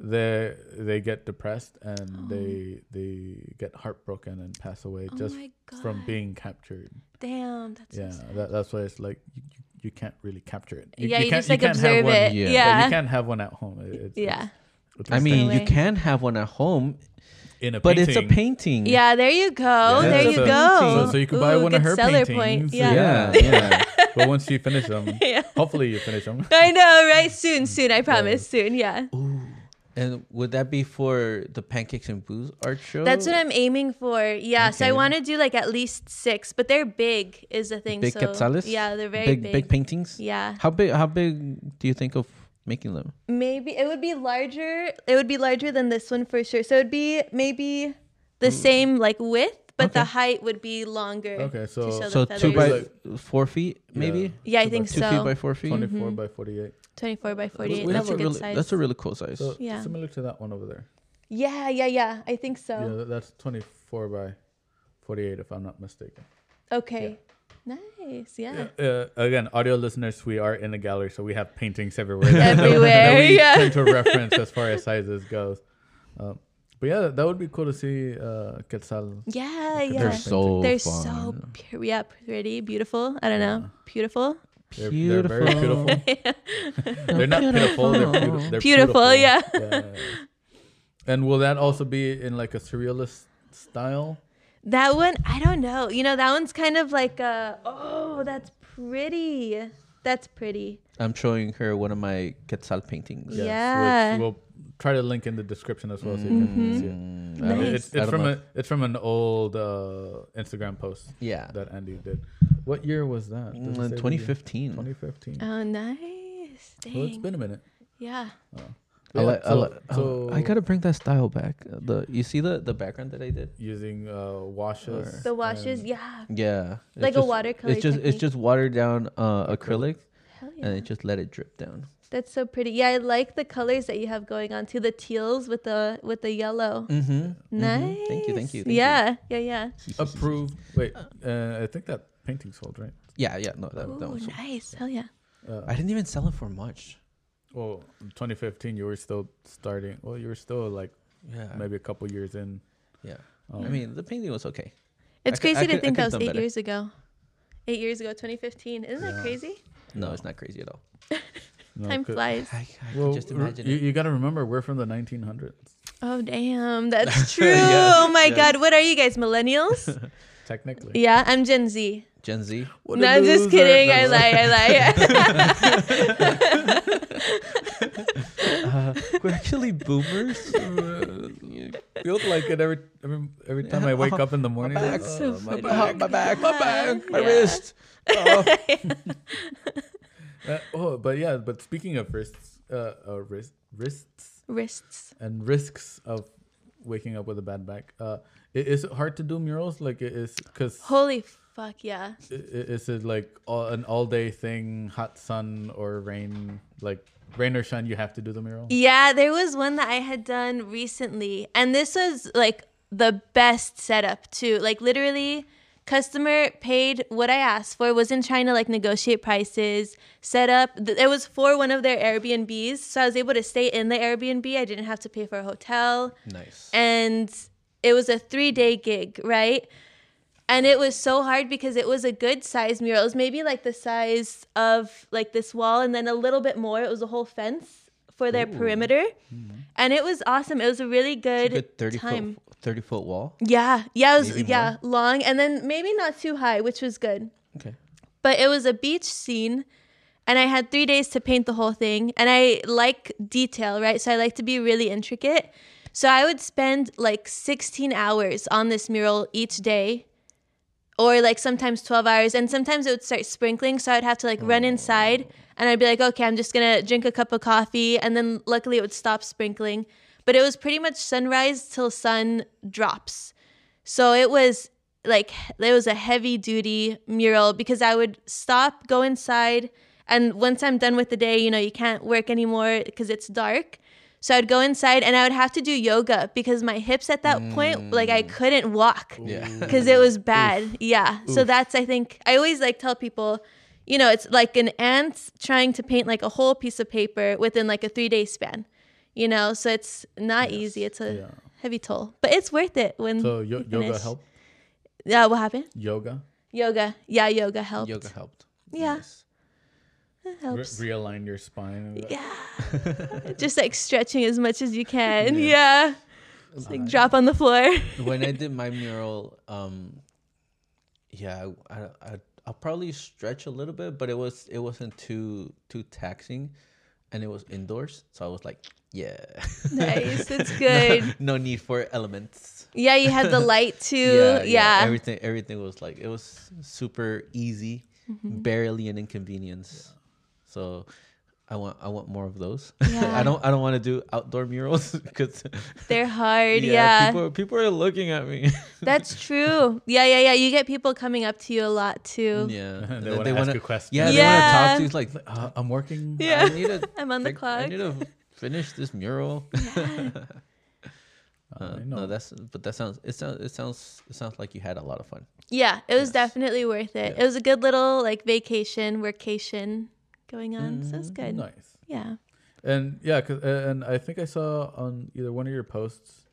they they get depressed and they they get heartbroken and pass away
Oh
just
my god!
from being captured.
damn, that's so
yeah,
sad.
that, that's why it's like you, you- you can't really capture it.
yeah, you,
can't-
just like
can't have
observe
one-
it.
Yeah.
Yeah,
But
Yeah,
yeah.
you can't have one at home. It- it's- it's- it's
i mean you
way.
can have one at home
in a
but
painting,
it's a painting
there you go.
Yeah,
there
so-
you
so-
go.
so you could buy one of
good
her
seller
paintings.
Point. Yeah.
yeah,
Yeah.
yeah.
but once you finish them,
Yeah.
hopefully you finish them.
I know, right? Soon, soon. I promise. Soon. Yeah.
And would that be for the Pancakes and Booze art show?
That's what I'm aiming for. Yeah. So I
Okay.
want to do like at least six, but they're big is the thing.
Big
so
quetzales?
Yeah, they're very
big,
big.
big. paintings.
yeah.
How big? How big do you think of making them?
Maybe it would be larger. It would be larger than this one for sure. So it'd be maybe the same like width, but the
Okay.
height would be longer.
Okay,
to
so-
show
So
the
two by
feathers.
four feet, maybe.
yeah, I
two by-
think
Two feet by
so.
four feet.
24
Mm-hmm.
by 48.
24 by 48.
We
that's
have
a,
a
good
really,
size.
that's a really cool size.
So
Yeah.
similar to that one over there.
yeah, yeah, yeah. I think so.
Yeah, that- that's 24 by 48 if I'm not mistaken.
Okay. Nice. Yeah.
Uh, again, audio listeners, we are in a gallery, so we have paintings everywhere. that we-
Everywhere,
that we
yeah.
tend to reference as far as sizes goes. Um, But yeah, that would be cool to see uh, Quetzal.
Yeah, yeah.
They're
They're
so
They're
fun.
so pure, yeah, pretty, beautiful. I don't know, beautiful,
They're, they're very beautiful. they're not pitiful. They're, beauti- they're
Beautiful, yeah.
yeah. And will that also be in like a surrealist style?
That one, I don't know. You know, that one's kind of like a oh, that's pretty. That's pretty.
I'm showing her one of my Quetzal paintings.
Yeah.
Which we'll try to link in the description as well so you
Mm-hmm.
can see it.
Mm-hmm. Mm,
Nice.
I don't-
It's,
I
it's
don't
from
know.
a it's from an old uh, Instagram post
yeah.
that Andy did. What year was that? Does it say
Mm,
the year?
2015.
2015.
Oh, nice. Dang.
Well, it's been a minute.
yeah.
I,
Yeah,
like- I
so-
like- I
so-
like- I gotta bring that style back. The you see the the background that I did.
Using uh, washes.
The washes,
and-
yeah.
Yeah, um, It's
Like a
just-
watercolor
It's just
technique.
it's just watered down uh, acrylic,
Hell
and
yeah.
it just let it drip down.
That's so pretty. Yeah, I like the colors that you have going on too. The teals with the with the yellow.
Mm-hmm.
Nice.
Thank you. Thank you. Thank
yeah, yeah, yeah.
You.
Approved. Wait, uh, I think that painting sold, right?
Yeah. Yeah. No, that, that
Oh,
was.
nice. Hell yeah.
Uh,
I didn't even sell it for much.
well, 2015, you were still starting. Well, you were still like
Yeah.
Uh.
maybe a couple years in.
Yeah.
Um,
I mean, the painting was okay.
It's
could- I
crazy to
could- I
think
could
that was
have
eight
done better.
years ago. Eight years ago, 2015. Isn't
Yeah.
that crazy?
No,
No.
it's not crazy at all.
no,
Time
could-
flies.
I, I
Well,
could just
r-
imagine
you,
it.
you got to remember, we're from the 1900s,
Oh damn, that's true.
Yes,
oh my
yes.
god, what are you guys, millennials?
technically.
yeah, I'm Gen Z.
Gen Z.
no, I'm just kidding. I lie, I lie.
Uh, we're actually boomers. Uh, yeah.
feels like it every every, every time I wake up in the morning. like,
back.
So
"Oh, my
funny.
back."
Oh, my back, my back, my
Yeah.
wrist. Oh.
Uh, oh, but yeah, but speaking of wrists, uh, uh, wrist, wrists
Wrists.
and risks of waking up with a bad back, uh, i- is it hard to do murals? Like, i- is because
Holy fuck, yeah.
is it like all, an all day thing, hot sun or rain? Like rain or shine, you have to do the mural.
Yeah, there was one that I had done recently, and this was like the best setup too. Like literally, customer paid what I asked for. Wasn't trying to like negotiate prices. Set up. th- It was for one of their Airbnbs, so I was able to stay in the Airbnb. I didn't have to pay for a hotel.
Nice.
and it was a three day gig, right? And it was so hard because it was a good size mural. It was maybe like the size of like this wall and then a little bit more. It was a whole fence for their perimeter. And it was awesome. It was a really good,
Hmm. It's a good 30
time.
foot 30 foot wall.
Yeah. Yeah, it was
Maybe
yeah, long and then maybe not too high, which was good.
Okay.
But it was a beach scene and I had 3 days to paint the whole thing and I like detail, right? So I like to be really intricate. So I would spend like 16 hours on this mural each day or like sometimes 12 hours and sometimes it would start sprinkling so I'd have to like run inside and I'd be like okay I'm just going to drink a cup of coffee and then luckily it would stop sprinkling but it was pretty much sunrise till sun drops. So it was like it was a heavy duty mural because I would stop, go inside, and once I'm done with the day, you know, you can't work anymore because it's dark. So I'd go inside and I would have to do yoga because my hips at that point, like I couldn't walk
Yeah.
because it was bad. Yeah. So that's I think I always like tell people, you know, it's like an ant trying to paint like a whole piece of paper within like a three day span. You know, so it's not easy. It's a
Yeah.
heavy toll, but it's worth it when.
So yo-
you
yoga
finish.
help
Yeah. What happened?
yoga
Yoga. Yeah, yoga helped.
Yoga helped.
Yeah.
Nice.
It
Re-
helps.
realign your spine.
yeah. Just like stretching as much as you can. Yeah. Just, like drop on the floor.
when I did my mural, um, yeah, I, I, I- I'll probably stretch a little bit, but it was it wasn't too too taxing, and it was indoors, so I was like, yeah,
nice. That's good.
no need for elements.
Yeah, you had the light too. Yeah.
everything everything was like it was super easy,
Mm-hmm.
barely an inconvenience. So. I want I want more of those.
Yeah.
I don't I don't want to do outdoor murals because
They're hard. Yeah.
people people are looking at me.
That's true. Yeah, yeah, yeah. You get people coming up to you a lot too.
Yeah,
They
And
wanna
then
ask
wanna-
you questions.
Yeah,
Yeah.
they want to talk to you. It's like,
Uh, I'm working.
Yeah.
I need to.
I'm on the
fig- I
clock.
need to finish this mural. Uh,
I know.
no, that's but that sounds it sounds it sounds it sounds like you had a lot of fun.
Yeah, it was definitely worth it. It was a good little like vacation, workation going on. So it's good.
Mm-hmm. Nice.
Yeah.
And yeah, 'cause- uh, and I think I saw on either one of your posts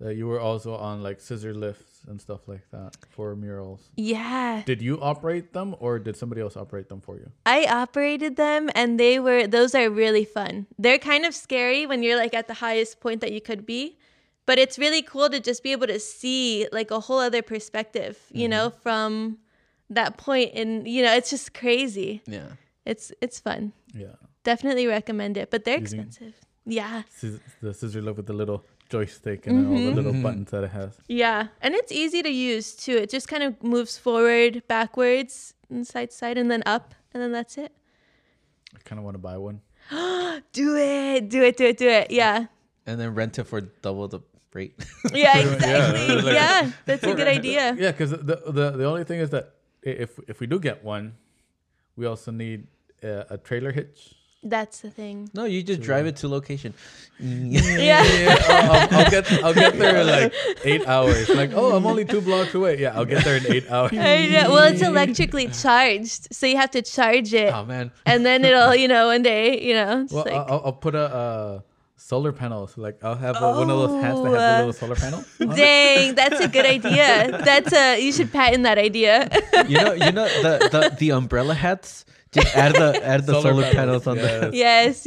that you were also on like scissor lifts and stuff like that for murals.
Yeah.
Did you operate them or did somebody else operate them for you?
I operated them and they were those are really fun. They're kind of scary when you're like at the highest point that you could be, but it's really cool to just be able to see like a whole other perspective, you know, from that point and you know, it's just crazy.
Yeah.
It's it's fun.
Yeah.
Definitely recommend it, but they're
Using-
expensive. Yeah.
Scis- the scissor lift with the little joystick and all the little buttons that it has.
Yeah. And it's easy to use too. It just kind of moves forward, backwards, and side to side and then up, and then that's it.
I kind of want to buy one.
Do it. Do it. Do it. Do it. Yeah.
And then rent it for double the rate.
Yeah,
much, yeah.
exactly.
Like-
yeah, that's a good idea.
Yeah, because the, the the only thing is that i- if if we do get one, we also need a, a trailer hitch.
That's the thing.
no, you just drive it to location.
Yeah.
Yeah, I'll, I'll, I'll get I'll get there in like eight hours. Like, oh, I'm only two blocks away. Yeah, I'll get there in eight hours.
I know. Well, it's electrically charged, so you have to charge it,
oh man.
and then it'll, you know, one day, you know, just
Well,
like
I'll, I'll put a uh, solar panel. So like, I'll have uh one of those hats that has
Oh,
a
uh,
little solar panel. on it.
dang, that's a good idea. That's a you should patent that idea.
You know, you know the, the, the umbrella hats. Just add the add the solar,
Solar
panels,
panels,
on
yes.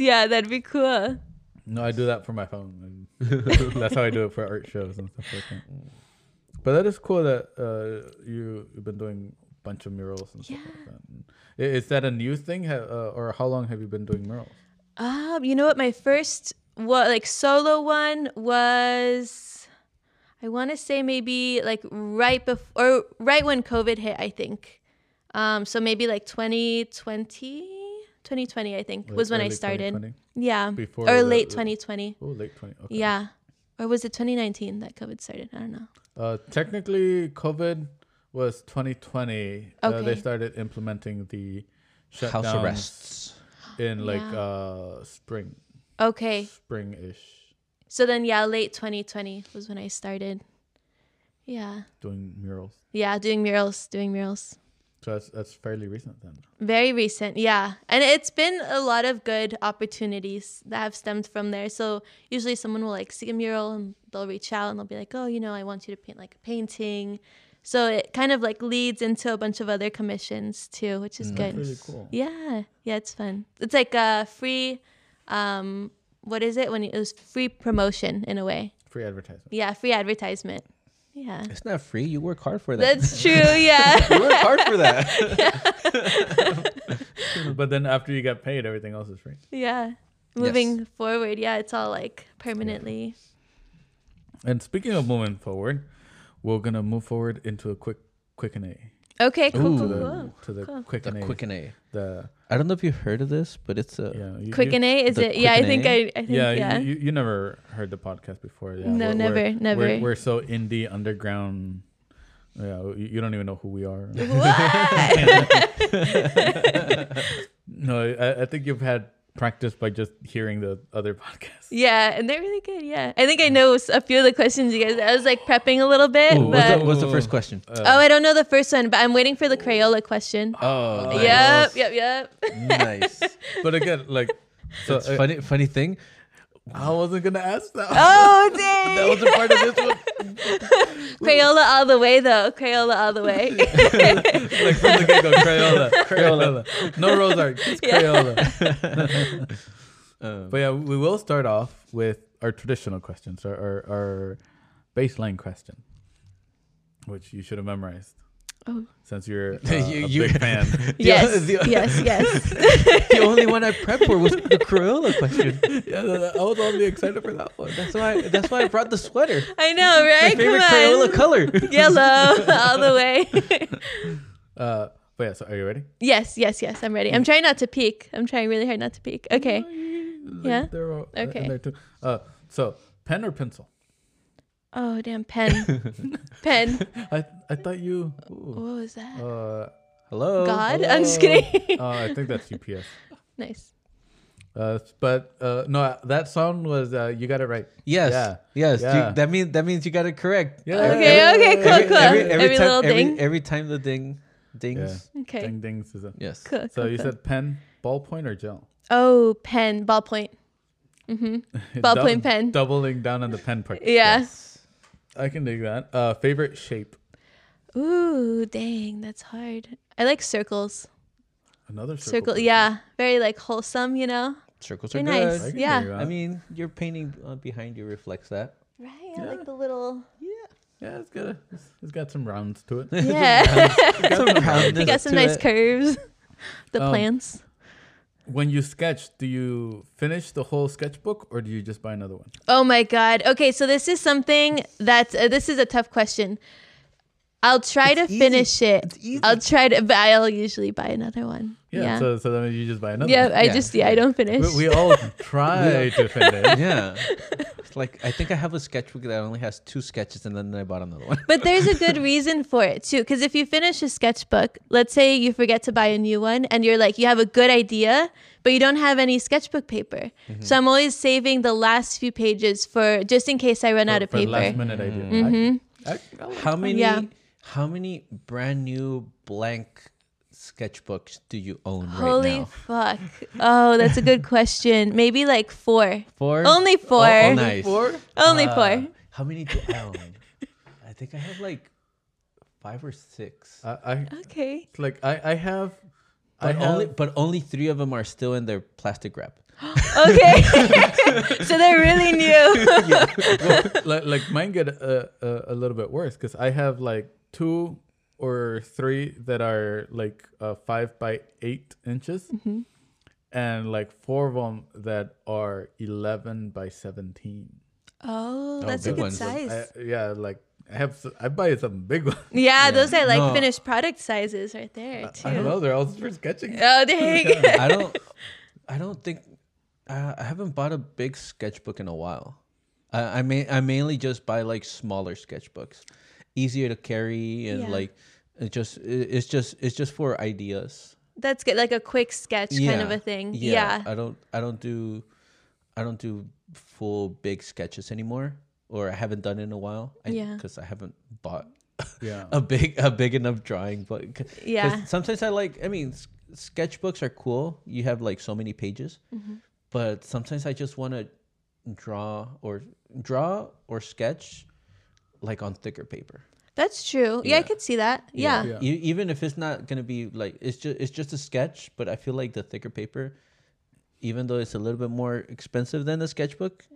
yes, yeah, that'd be cool.
No, I do that for my phone. and that's how I do it for art shows and stuff like that. But that is cool that uh, you, you've been doing a bunch of murals and stuff like that. And i- Is that a new thing, Ha- uh, or how long have you been doing murals?
Um, you know what? My first what like solo one was I want to say maybe like right before or right when COVID hit, I think. Um, so maybe like 2020, 2020, I think
Like
was when I
early
started.
2020?
Yeah.
Before
or
the-
late
the-
2020.
Oh, late twenty. Okay.
Yeah. Or was it 2019 that COVID started? I don't know.
Uh, technically, COVID was 2020. Uh, they
Okay.
started implementing the
the house
shutdowns
arrests.
in like
Yeah.
uh, spring,
Okay.
spring ish,
So then, yeah, late 2020 was when I started. Yeah.
doing murals.
Yeah. Doing murals, doing murals.
So that's that's fairly recent then.
Very recent, yeah. And it's been a lot of good opportunities that have stemmed from there. So usually someone will like see a mural and they'll reach out and they'll be like, oh, you know, I want you to paint like a painting. So it kind of like leads into a bunch of other commissions too, which is good.
Really cool.
Yeah, yeah, it's fun. It's like a free, um, what is it? When you, it was free promotion in a way.
Free advertisement.
Yeah, free advertisement. Yeah.
It's not free. You work hard for that.
That's true, yeah.
you work hard for that.
but then after you get paid, everything else is free.
yeah. Moving forward, yeah, it's all like permanently.
And speaking of moving forward, we're gonna move forward into a quick quick and a
Okay, cool,
to
cool,
the
cool.
to the
cool.
quick
The
and a
quick and A.
the
I don't know if you've heard of this, but it's a
yeah you,
Quick
you,
and A, is
the
it? Yeah, I
Quicken
think
A?
I, I think
yeah,
yeah.
You, you you never heard the podcast before yeah
No, never,
we're,
never.
we're, we're so indie underground yeah you, you don't even know who we are no I, I think you've had practice by just hearing the other podcasts
yeah, and they're really good. Yeah, I think I know s- a few of the questions you guys. I was like prepping a little bit,
Ooh, what's,
but
the, what's the first question?
Uh,
oh, I don't know the first one, but I'm waiting for the Crayola question.
oh,
Yep, yep, yep.
nice.
but again like so uh,
It's
I,
funny. Funny thing.
I wasn't gonna ask that
Oh
that
dang!
wasn't part of this one
Crayola all the way though. Crayola all the way.
like from the get go, Crayola, Crayola. No rose art, just
Yeah.
Crayola.
Um,
But yeah, we will start off with our traditional questions, our, our, our baseline question, which you should have memorized.
Oh.
Since you're uh,
You-
a
you-
big fan.
yes,
the-
yes, yes.
the only one I prepped for was the Corolla question.
yeah, I was only excited for that one.
That's why. That's why I brought the sweater.
I know,
My
right?
favorite
Come on,
Crayola color.
yellow all the way.
Uh, but yeah, so are you ready?
yes, yes, yes. I'm ready. I'm trying not to peek. I'm trying really hard not to peek. Okay.
Like,
Yeah.
There are,
Okay.
okay. There too. Uh, so, pen or pencil?
Oh damn, pen, pen.
I, I thought you. ooh,
What was that?
uh,
Hello.
God, I'm just kidding.
uh, I think that's UPS.
nice.
Uh, but uh, no, that song was uh, you got it right.
Yes.
Yeah.
Yes.
Yeah.
You, that means that means you got it correct.
Yeah.
Okay, okay, cool,
Every,
cool.
every,
Every,
every, time,
little
every,
thing.
every time the ding dings.
okay,
Ding ding Susan.
Yes.
cool.
So
cool,
you
cool.
said pen, ballpoint, or gel?
oh, pen, ballpoint. Mm-hmm.
Dou-
Ballpoint pen.
Doubling down on the pen part.
Yeah,
Yes.
I can dig that. Uh, favorite shape.
Ooh, dang, that's hard. I like circles.
Another circle.
Circle, yeah, very like wholesome, you know.
Circles
They're
are
nice.
I
good.
can
Yeah.
dig that.
I mean, your painting uh, behind you reflects that.
Right, I like the little.
yeah, it's got a, it's, it's got some rounds to it.
Yeah,
you
they got some nice curves. The
Um,
plants.
when you sketch, do you finish the whole sketchbook or do you just buy another one?
Oh my god. Okay, so this is something that's uh, this is a tough question. I'll try to
It's easy.
finish it.
It's easy.
I'll try to, but I'll usually buy another one.
Yeah.
Yeah.
So so then you just buy another.
yeah,
One.
I
Yeah.
just yeah, I don't finish.
We, we all try to finish.
Yeah. It's like I think I have a sketchbook that only has two sketches, and then I bought another one.
but there's a good reason for it too because if you finish a sketchbook let's say you forget to buy a new one and you're like you have a good idea but you don't have any sketchbook paper
Mm-hmm.
so i'm always saving the last few pages for just in case i run out of
for last
paper Mm-hmm.
minute idea. I, I, I like
How many?
Yeah.
How many brand new blank sketchbooks do you own
holy
right now?
fuck oh that's a good question maybe like four
Four.
only four
Oh,
only,
nice.
four.
Uh,
four
How many do I own? I think I have like five or six.
I, I
okay
like I I have. I
But
have,
only, but only three of them are still in their plastic wrap.
okay so they're really new
well, like, like mine get a, a, a little bit worse because I have like two or three that are like uh, five by eight inches,
Mm-hmm.
and like four of them that are eleven by seventeen.
oh that's a
big
good
ones.
size
I, yeah, like I have s- I buy some big ones.
yeah, those are like
No.
finished product sizes right there too
I don't know. They're all for sketching.
Oh, there you go.
I don't. I don't think. Uh, I haven't bought a big sketchbook in a while. I I, may, I mainly just buy like smaller sketchbooks, easier to carry and
Yeah.
like it just it, it's just it's just for ideas.
That's good. Like a quick sketch kind of
Yeah.
a thing. Yeah.
I don't. I don't do. I don't do full big sketches anymore, or I haven't done in a while. I,
Yeah.
Because I haven't bought
Yeah.
a big a big enough drawing book. 'Cause
Yeah.
Sometimes I like. I mean, s- sketchbooks are cool. You have like so many pages,
Mm-hmm.
but sometimes I just want to draw or draw or sketch like on thicker paper.
That's true. Yeah, I
Yeah.
could see that. Yeah.
Yeah.
E- even if it's not gonna be like it's just it's just a sketch, but I feel like the thicker paper, even though it's a little bit more expensive than the sketchbook,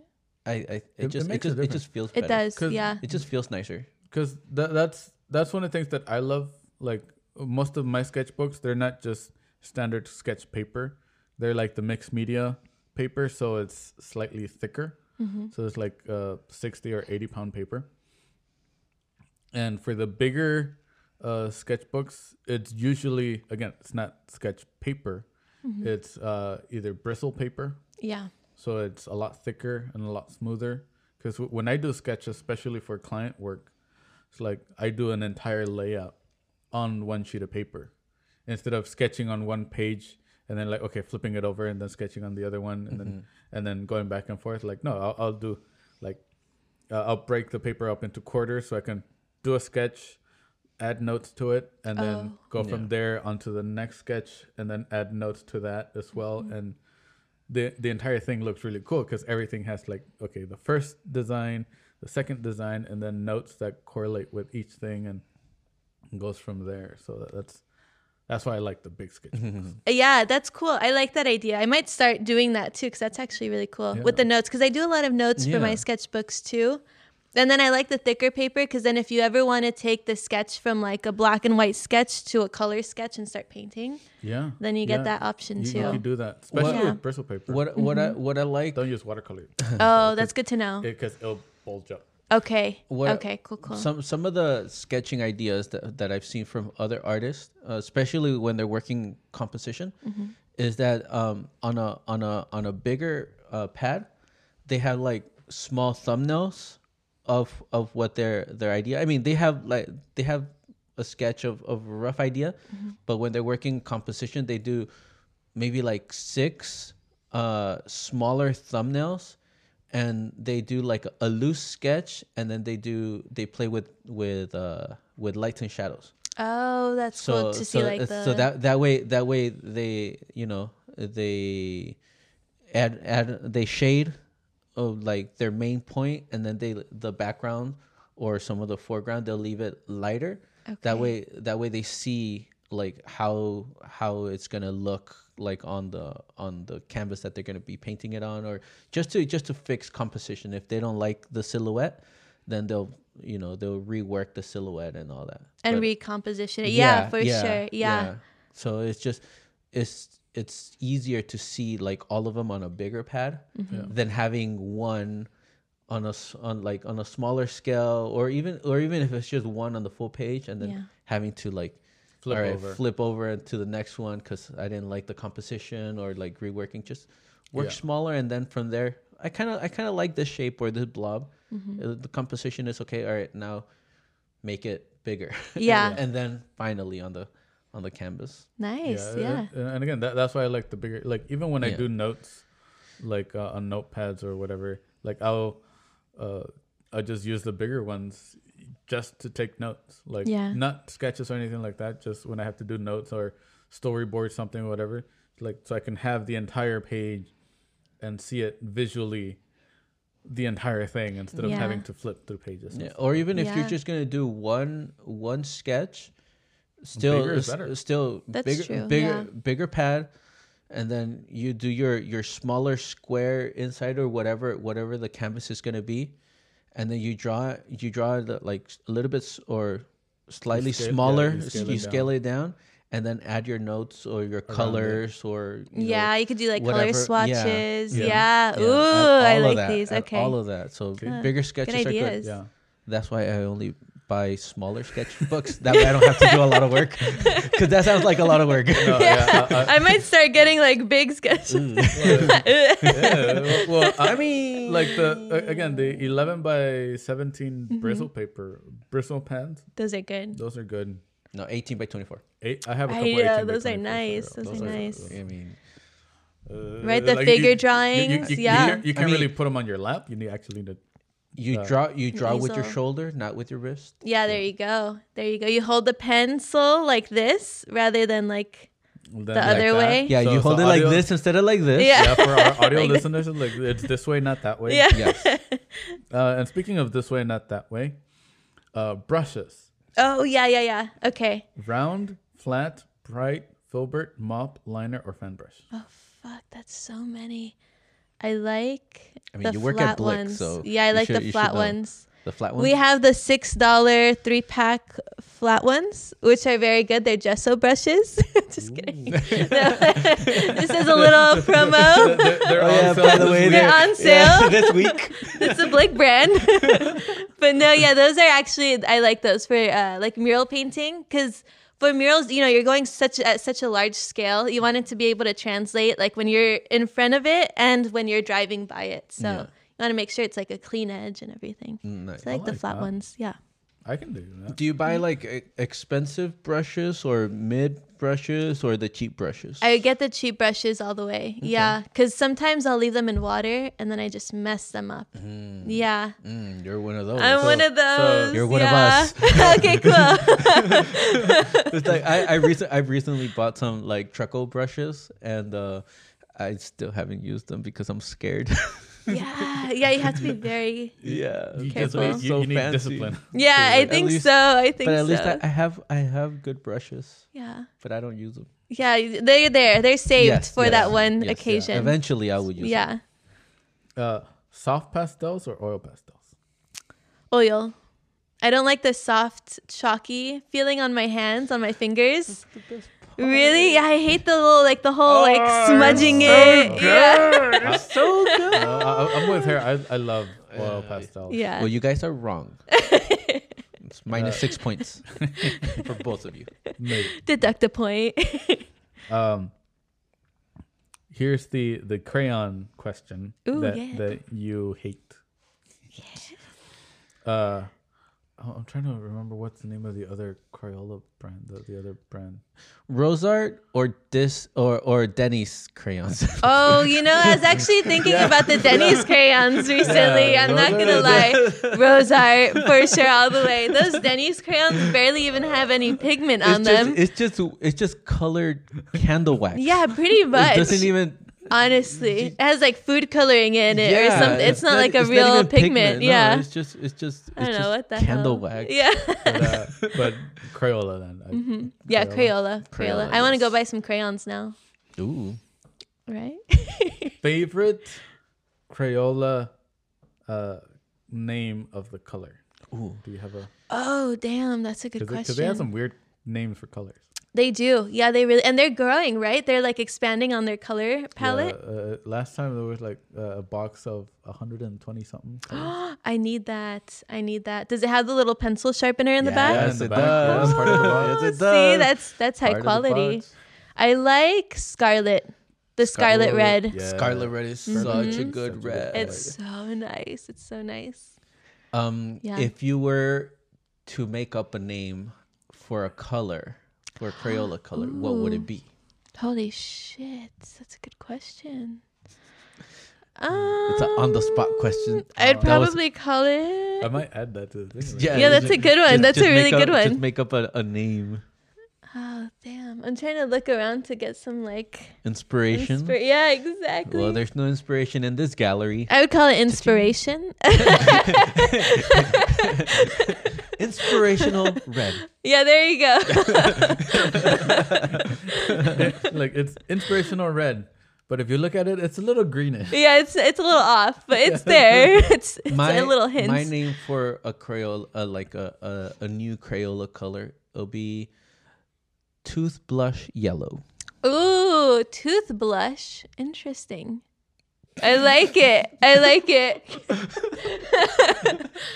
I, I it,
it
just it
makes a
just it
difference.
just feels
It
better.
does.
'Cause
Yeah.
It just feels nicer.
because that, that's that's one of the things that I love. Like most of my sketchbooks, they're not just standard sketch paper; they're like the mixed media paper, so it's slightly thicker. So it's like uh, sixty or eighty pound paper. And for the bigger uh, sketchbooks, it's usually again it's not sketch paper; it's uh, either bristle paper,
Yeah.
so it's a lot thicker and a lot smoother because w- when i do sketch especially for client work it's like i do an entire layout on one sheet of paper instead of sketching on one page and then like okay flipping it over and then sketching on the other one and then and then going back and forth like no i'll, I'll do like uh, i'll break the paper up into quarters so i can do a sketch add notes to it and then go from there onto the next sketch and then add notes to that as well and the the entire thing looks really cool because everything has like okay the first design the second design and then notes that correlate with each thing and goes from there so that, that's that's why i like the big sketchbooks
Yeah, that's cool. I like that idea. I might start doing that too because that's actually really cool with the notes because I do a lot of notes for my
Yeah.
sketchbooks too. And then I like the thicker paper because then if you ever want to take the sketch from like a black and white sketch to a color sketch and start painting,
yeah
then you get
yeah.
that option
you,
too.
you can do that especially
Yeah.
with bristle paper
What what
Mm-hmm.
I what I like
don't use watercolor
oh, that's good to know.
because it'll bulge up
Okay.
what-
okay. Cool. Cool.
Some some of the sketching ideas that, that I've seen from other artists, uh, especially when they're working composition,
Mm-hmm.
is that um, on a on a on a bigger uh, pad, they have like small thumbnails of of what their their idea. I mean, they have like they have a sketch of of a rough idea,
Mm-hmm.
but when they're working composition, they do maybe like six uh smaller thumbnails and they do like a loose sketch and then they do they play with with uh with lights and shadows
oh, that's
so
cool to
so,
see like
uh,
the.
so that that way that way they you know they add add they shade of like their main point and then they the background or some of the foreground, they'll leave it lighter. That
Okay.
way, that way they see like how how it's gonna look like on the on the canvas that they're gonna be painting it on, or just to just to fix composition. If they don't like the silhouette, then they'll you know they'll rework the silhouette and all that.
and
But-
recomposition it. Yeah, for sure. Yeah.
so it's just it's it's easier to see like all of them on a bigger pad
Mm-hmm.
than having one on a s- on like on a smaller scale or even or even if it's just one on the full page and then
Yeah.
having to like
Flip
all right,
over.
flip over to the next one because I didn't like the composition or like reworking. Just work
Yeah.
smaller and then from there, I kind of I kind of like this shape or this blob.
Mm-hmm.
Uh, The composition is okay. All right, now make it bigger.
Yeah.
and, then finally on the on the canvas.
Nice.
uh,
Yeah.
uh, and again, that, that's why I like the bigger. Like even when I
Yeah.
do notes, like uh, on notepads or whatever, like I'll, uh, I just use the bigger ones just to take notes. Like
Yeah.
not sketches or anything like that. Just when I have to do notes or storyboard something or whatever, like so I can have the entire page and see it visually, the entire thing instead
Yeah.
of having to flip through pages.
Yeah, or even if
Yeah.
you're just gonna do one one sketch, still
Bigger is
s-
better.
still
That's
bigger
true,
bigger
yeah.
bigger pad, and then you do your your smaller square inside or whatever whatever the canvas is gonna be, and then you draw you draw the, like a little bit s- or slightly
scale- yeah,
smaller.
you
s-
scale
you
it
scale it down, and then add your notes or your colors or you know,
yeah, you could do like
whatever-
color
yeah,
swatches.
yeah,
Yeah.
yeah, add
Ooh, I
all of
like
that,
these.
add
Okay.
all of that. So bigger sketches are good.
ideas.
Yeah.
That's why I only buy smaller sketchbooks. That way I don't have to do a lot of work. Because that sounds like a lot of work.
No, Uh, yeah, I- I-
I might start getting like big sketches.
Mm.
yeah, well, well, I,
I mean,
like the a- again the 11 by 17
Mm-hmm.
bristle paper bristle pens
Those are good.
those are good
no, 18 by 24.
eight i have a
I-
couple
yeah,
18 by
those are
24s.
nice. Those are nice.
I mean,
Uh,
Right, the
like,
figure
you- you-
drawings,
you, you,
yeah.
you can't, you
I
can't really
mean-
put them on your lap you need actually need to
you draw you draw with your
easel.
shoulder, not with your wrist.
Yeah, there you go. There you go. You hold the pencil like this rather than like
then
The other
that.
way?
Yeah,
So-
you
so
hold it like
audio-
this instead of like this.
Yeah.
yeah, for our audio
Like-
listeners, it's like it's this way, not that way.
yeah.
Yes.
Uh, and speaking of this way, not that way, uh, brushes:
Oh yeah, yeah, yeah. Okay.
round, flat, bright, filbert, mop, liner, or fan brush.
Oh fuck, that's so many. I like
I mean,
the
you work
flat
at Blick,
ones.
so
yeah, I
you
like
should- you
the
should
flat
know.
ones.
The flat one.
We have the six dollar three pack flat ones, which are very good. They're gesso brushes. Just kidding. No. this is a little promo.
They're, they're
Oh,
all
yeah,
selling
by the
this
way,
week.
They're
they're-
on sale.
Yeah, this week.
it's a Blick brand. but no, yeah, those are actually I like those for uh, like mural painting because for murals, you know, you're going such at such a large scale. You want it to be able to translate like when you're in front of it and when you're driving by it. So
Yeah. Mm,
you want to make sure it's like a clean edge and everything.
Nice.
So I like, the
like
flat
that.
ones. Yeah.
I can do that.
Do you buy like e- expensive brushes or mid brushes or the cheap brushes?
I would get the cheap brushes all the way. Yeah. Because sometimes I'll leave them in water and then I just mess them up. Yeah.
Mm, you're one of those.
I'm one of those.
you're one of
yeah. okay, cool.
it's like I, I recent I've recently bought some like truckle brushes and uh I still haven't used them because I'm scared.
yeah. Yeah. You have to be very
yeah.
You, just
because
Careful.
they're
need, you, you need discipline.
Yeah,
Like,
I
at
think
least-
so. I think
But at
so.
least I, I have I have good brushes,
yeah.
but I don't use them.
Yeah, they're there. They're saved
Yes,
for
yes,
that one
yes, yeah.
occasion. Yeah.
Eventually I will use them.
Uh, soft pastels or oil pastels?
Oil. I don't like the soft, chalky feeling on my hands, on my fingers. Really? Yeah, I hate the little, like the whole,
Oh,
like smudging it. Yeah.
They're so good. I, I'm with her. I, I love oil pastels.
yeah.
Well you guys are wrong. it's minus
Uh,
six points for both of you.
Maybe.
Deduct a point.
Um, here's the the crayon question
Ooh,
that
yeah.
that you hate. Uh, oh, I'm trying to remember what's the name of the other Crayola brand. The, the other brand.
Rosart or this or or Denny's crayons.
oh, you know, I was actually thinking about the Denny's crayons recently.
Yeah,
I'm not
those
going to lie.
are-
Rose art, for sure, all the way. Those Denny's crayons barely even have any pigment on
it's
them.
just it's just it's just colored candle wax.
Yeah, pretty much.
It doesn't even
Honestly, it has like food coloring in it or something. It's, not, like a
it's not
real
even
pigment.
No,
Yeah.
it's just it's just it's
I don't
just
know what the
candle
hell.
wax.
Yeah.
but, uh, but Crayola then. I-
Mm-hmm. yeah, Crayola. Crayola.
Crayola,
I want to
yes.
go buy some crayons now.
Ooh,
Right?
Favorite Crayola uh, name of the color.
Ooh.
Do you have a?
oh, damn. That's a good
Because they,
question.
'cause they have some weird names for colors.
They do. Yeah, they really and they're growing, right? They're like expanding on their color palette.
Yeah, uh, last time there was like uh, a box of 120 something. colors.
I need that. I need that. Does it have the little pencil sharpener in the
Yeah,
back? Oh,
in
Yes,
the
it
back, yeah,
does.
part of the box.
Yes, it
See,
does.
that's that's high
Part of the
quality.
box.
I like scarlet. The scarlet,
Scarlet,
red.
yeah.
Scarlet red is such a good
Such a good
red.
Mm-hmm. It's so nice. It's so nice.
um,
Yeah.
if you were to make up a name for a color, for a Crayola color, what would it be?
Holy shit. That's a good question. Um,
It's an on-the-spot question.
I'd
That was-
probably call it
I might add that to the thing.
Yeah, that's a good one. That's a really
make up-
good one.
Just make up a, a name,
Oh damn. I'm trying to look around to get some like
inspiration.
inspir- Yeah, exactly.
well, there's no inspiration in this gallery.
I would call it inspiration.
Inspirational red.
yeah, there you go.
like it's inspirational red, but if you look at it, it's a little greenish.
yeah, it's it's a little off, but it's there. It's, it's a little hint.
My name for a Crayola, uh, like a, a a new Crayola color, will be tooth blush yellow.
Ooh, tooth blush. Interesting. I like it. I like it.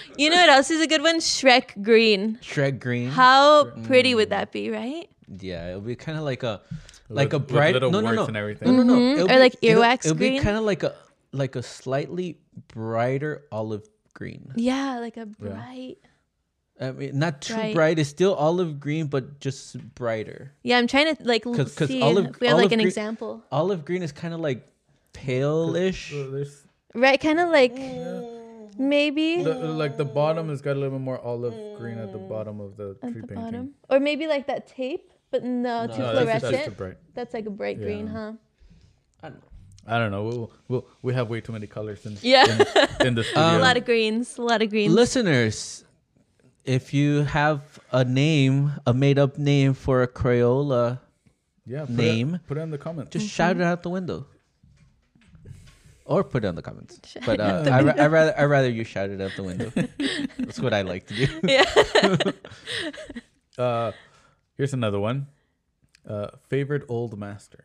you know what else is a good one? Shrek green.
Shred green.
How pretty would that be, right?
yeah, it'll be kind of like a like a
with
bright
little
no, no,
warts
no.
and everything.
No, no, no.
Mhm.
It'll
Or like
it'll-
earwax
It'll,
green.
be kind of like a like a slightly brighter olive green.
Yeah, like a bright.
I mean, not too
Right.
bright. It's still olive green, but just brighter.
Yeah, I'm trying to like l-
'Cause- 'cause
see
olive-
if we have like
olive
an
green-
example.
Olive green is kind of like pale-ish.
So there's
Right, kind of like maybe
the, like the bottom has got a little bit more olive green at the bottom of the
at
tree
the
painting.
bottom, or maybe like that tape, but no, too
No, that's,
fluorescent.
that's too
That's,
bright.
like a bright green, huh?
I don't know.
I don't know. We'll, we'll, we have way too many colors in,
Yeah, Uh,
in the studio.
a lot of greens, a lot of greens.
Listeners, if you have a name, a made-up name for a Crayola,
yeah, put
name.
It, put it in the comments.
Mm-hmm.
just shout it out the window, or put it in the comments. But uh, I, ra- I rather I rather you shout it out the window. That's what I like to do.
Uh, here's another one. Uh, favorite old master.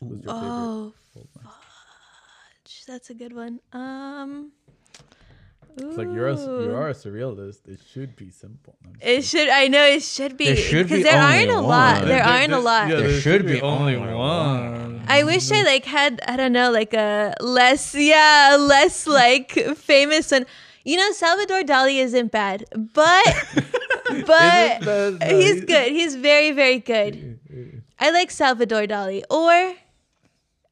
Who's your favorite?
oh, fudge, that's a good one. Um,
It's like you're a, you
ooh.
are a surrealist. It should be simple. I'm just
It should. I know it should be.
There should
because
be
there
only
aren't a lot.
one.
There,
There-
aren't a lot.
Yeah,
There should be only
one.
I wish I like had I don't know like a less yeah less like famous one. You know Salvador Dali isn't bad, but but
Isn't bad, no,
Uh, he's
he's-
good. He's very very good. I like Salvador Dali or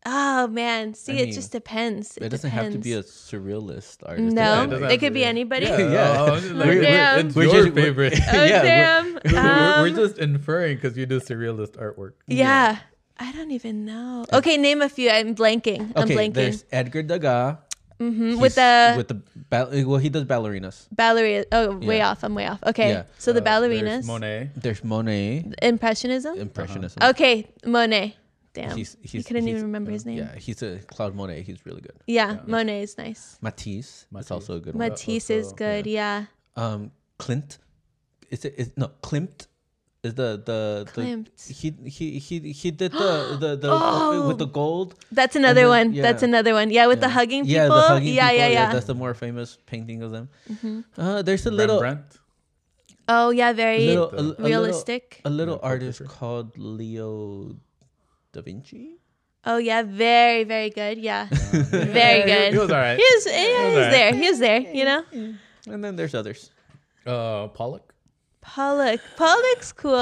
oh man, see it
mean,
just depends.
It doesn't have to be a surrealist artist.
no.
it doesn't
It
have
could
to
be
be.
anybody.
Yeah,
Yeah.
I was just like,
We're-
we're-
we're-
it's
we're
your
just- we're-
favorite.
Oh
Yeah, we're-
damn.
we're,
Um,
we're just inferring because you do surrealist artwork.
yeah. I don't even know. Okay, name a few. I'm blanking. I'm
Okay,
blanking.
there's Edgar Degas
Mhm, With
He's-
the
with the ba- well, he does ballerinas.
ballerina. Oh, way
Yeah.
off. I'm way off. Okay.
Yeah. Uh,
So the
Uh, There's
ballerinas.
Monet.
There's Monet,
Impressionism.
impressionism.
Uh-huh. okay, Monet. Damn.
He's-
he
he's-
couldn't
he's-
even remember his name. Yeah,
Yeah, he's a Claude Monet. He's really good.
Monet is nice.
Matisse, that's also a good one.
Matisse is
also,
good. Yeah.
Um, Clint, is it? Is, no, Klimt is the the, the
Klimt.
he he he he did the the, the with the gold.
That's another
then-
one.
yeah.
That's another one. Yeah, with the hugging people.
Yeah, the hugging
yeah,
people.
yeah, yeah, Mm-hmm.
That's the more famous painting of them. Uh, there's a little
Rembrandt.
Oh, yeah, very
little a- a little-
realistic.
a little artist called Leo da Vinci.
oh, yeah, very, very good. Yeah. very
Yeah, he-
good.
He was all right.
He was- yeah, he was
alright.
there. He was there, you know?
And then there's others.
Uh, Pollock.
Pollock. Pollock's cool.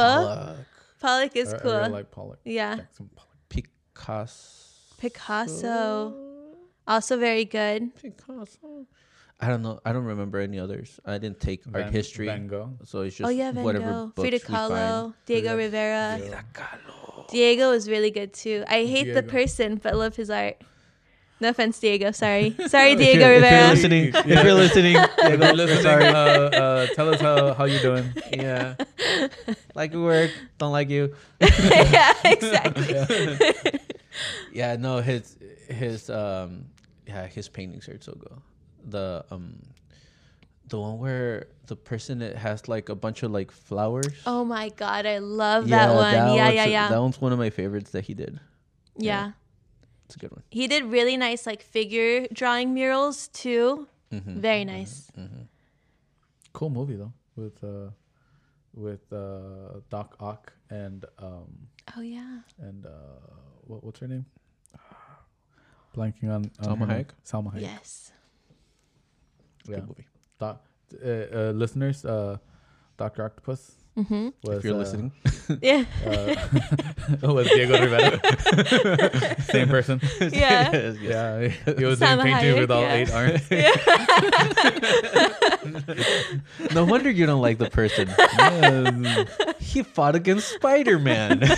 Pollock,
Uh,
is
I- I
cool.
really like Pollock.
yeah.
Jackson Pollock.
Picasso.
Picasso. Also very good.
Picasso. I don't know. I don't remember any others. I didn't take
Van-
art history,
Van Gogh.
so it's just
Oh yeah, Van
whatever
Gogh,
books
Frida
we find.
Kahlo, Diego Rivera.
Frida Kahlo.
Diego is really good too. I hate the
Diego.
person, but love his art. No offense, Diego. Sorry, sorry, Diego
if you're,
Rivera.
If you're listening,
Yeah.
if you're listening,
If
Diego,
you're
we're
listening,
sorry.
uh, uh, tell us how, how you doing.
Yeah, like your work, don't like you.
yeah, exactly.
Yeah, no, his his um, yeah, his paintings are so good. The um, the one where the person that has like a bunch of like flowers.
Oh my god, I love that one. yeah,
one's-
yeah, yeah,
That one's one of my favorites that he did.
yeah.
It's a good one.
He did really nice like figure drawing murals too.
Mm-hmm.
Very nice.
Cool movie though with uh, with uh, Doc Ock and um,
Oh yeah.
and uh, what, what's her name? Blanking on, on
Salma
her name.
Hayek?
Salma Hayek.
Yes.
Yeah.
Good movie.
Doc, uh, uh, listeners, uh, Doctor Octopus. Mm-hmm. Was,
If you're
uh,
listening,
Yeah.
was Diego Rivera. Same person.
yeah.
Yes, yes.
Yeah, he was
Salma
doing painting
Hayek,
with all
yeah.
eight arms.
No wonder you don't like the person. he fought against Spider Man. Did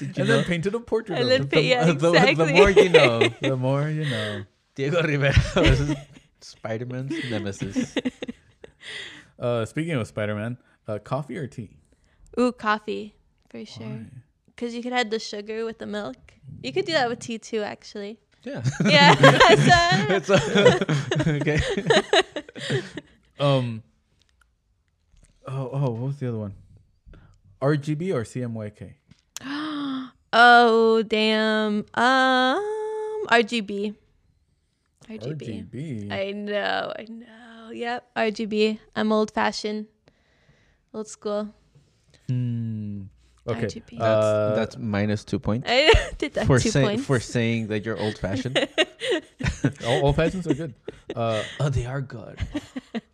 you
and
know?
then painted a portrait.
And
of
then
him.
pa- yeah,
the, the more
exactly.
you know,
the more you know.
Diego Rivera was Spider Man's nemesis.
Uh, speaking of Spider Man, uh, coffee or tea?
Ooh, coffee for sure. Because you could add the sugar with the milk. You could do that with tea too, actually.
Yeah.
Yeah. so, I don't know.
It's, uh, okay.
Um. Oh, oh, what was the other one? RGB or CMYK?
oh damn. Um, RGB. RGB.
RGB.
I know. I know. Yep. RGB. I'm old fashioned. Old school.
Hmm. Okay.
RGB.
That's,
Uh,
that's minus two points.
I did that
For,
two
say,
points.
for saying that you're old fashioned.
all, all fashions are good. Uh,
oh, they are good.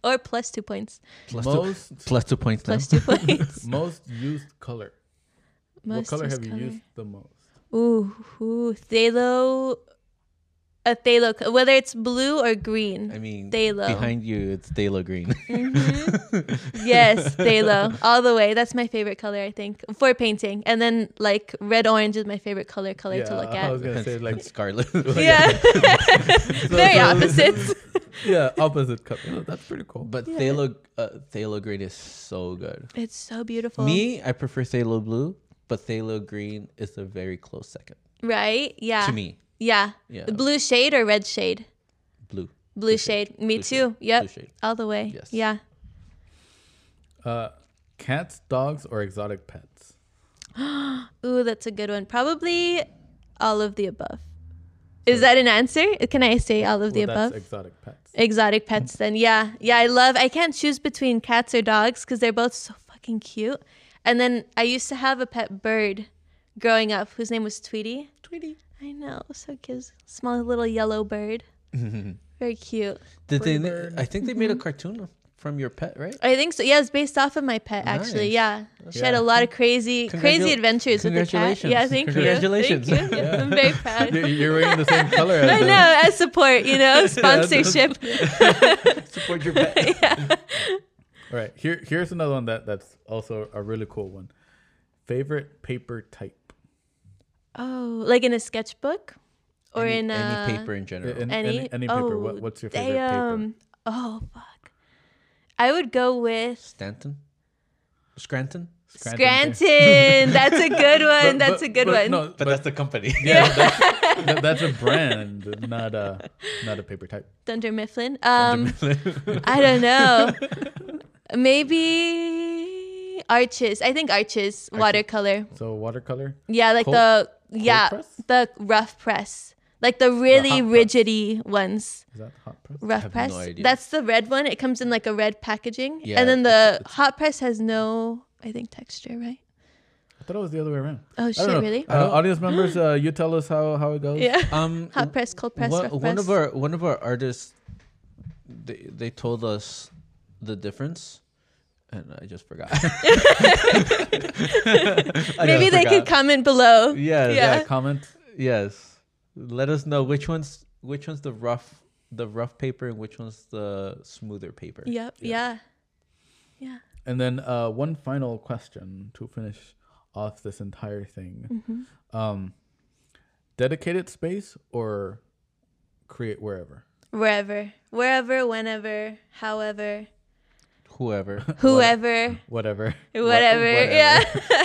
or plus two points.
Plus
most
two, plus two points
Plus
now.
two points.
most used color. what
Most
color
used
have you used the most?
Ooh, ooh, phthalo, a phthalo. co- Whether it's blue or green.
I mean,
Thalo.
behind you, it's Thalo Green.
Mm-hmm. yes, phthalo, all the way. That's my favorite color, I think, for painting. And then like red orange is my favorite color color to look
I was
at.
gonna say like
Scarlet.
Yeah, very opposites.
yeah, opposite color. Oh, that's pretty cool.
But Thalo uh, Thalo Green is so good.
It's so beautiful.
Me, I prefer Thalo Blue, but Thalo Green is a very close second
right? Yeah.
to me.
Yeah.
Yeah.
Ah. Blue shade or red shade?
Blue.
Blue shade. Me
Blue
too.
shade.
Yep.
Blue shade.
All the way.
Yes.
Yeah.
Uh, cats, dogs, or exotic pets?
Ooh, that's a good one. Probably all of the above. Is that an answer? Can I say all of the
Well, that's
above?
exotic pets.
Exotic
Mm.
pets, then. Yeah. Yeah. I love, I can't choose between cats or dogs because they're both so fucking cute. And then I used to have a pet bird growing up whose name was Tweety. Tweety. I know. So cute. Small little yellow bird. Very cute.
Did
Pretty
they?
bird.
I think they made a cartoon from your pet, right?
I think so. Yeah, it's based off of my pet, actually.
Nice.
Yeah. She had a
Yeah.
lot of crazy, crazy
Congratu-
adventures with the cat. Yeah,
congratulations.
thank you.
Congratulations.
Thank you. Yeah, I'm very proud.
You- You're wearing the same color as
I
them.
know, as support, you know, sponsorship.
Support your pet.
All right, here here's another one that that's also a really cool one. Favorite paper type?
Oh, like in a sketchbook or
any,
in uh, a,
any paper in general.
An-
any,
any, any paper?
Oh,
What, what's your favorite paper?
damn. Oh, fuck. I would go with
Stanton. Scranton.
Scranton paper.
Scranton. That's a good one.
But-
That's
but-
a good
but
one.
No, but,
But that's the company.
yeah, that's, that- that's a brand, not a not a paper type.
Dunder Mifflin. Um, I don't know. Maybe arches. I think arches watercolor.
So watercolor.
Yeah, like
Cold-
the yeah
press?
the rough press, like the really
hot press.
rigidy ones.
Is that hot press?
Rough
have
press.
no idea.
That's the red one. It comes in like a red packaging,
Yeah,
and then the hot press has no, I think, texture. Right?
I thought it was the other way around.
Oh
I
shit!
don't know.
Really?
Uh, audience members, uh, you tell us how how it goes.
yeah.
Um,
Hot press, cold press,
one,
rough
one
press.
of our one of our artists they they told us the difference and i just forgot I
Maybe
just
they could
forgot.
comment below.
yes
Yeah.
Yeah.
Uh, Comment.
yes let us know which one's which one's the rough the rough paper and which one's the smoother paper.
Yep. Yeah. Yeah.
And then uh, one final question to finish off this entire thing:
Mm-hmm.
um, dedicated space or create wherever?
Wherever, wherever, whenever, however,
Whoever.
whoever,
Whatever.
whatever. Yeah.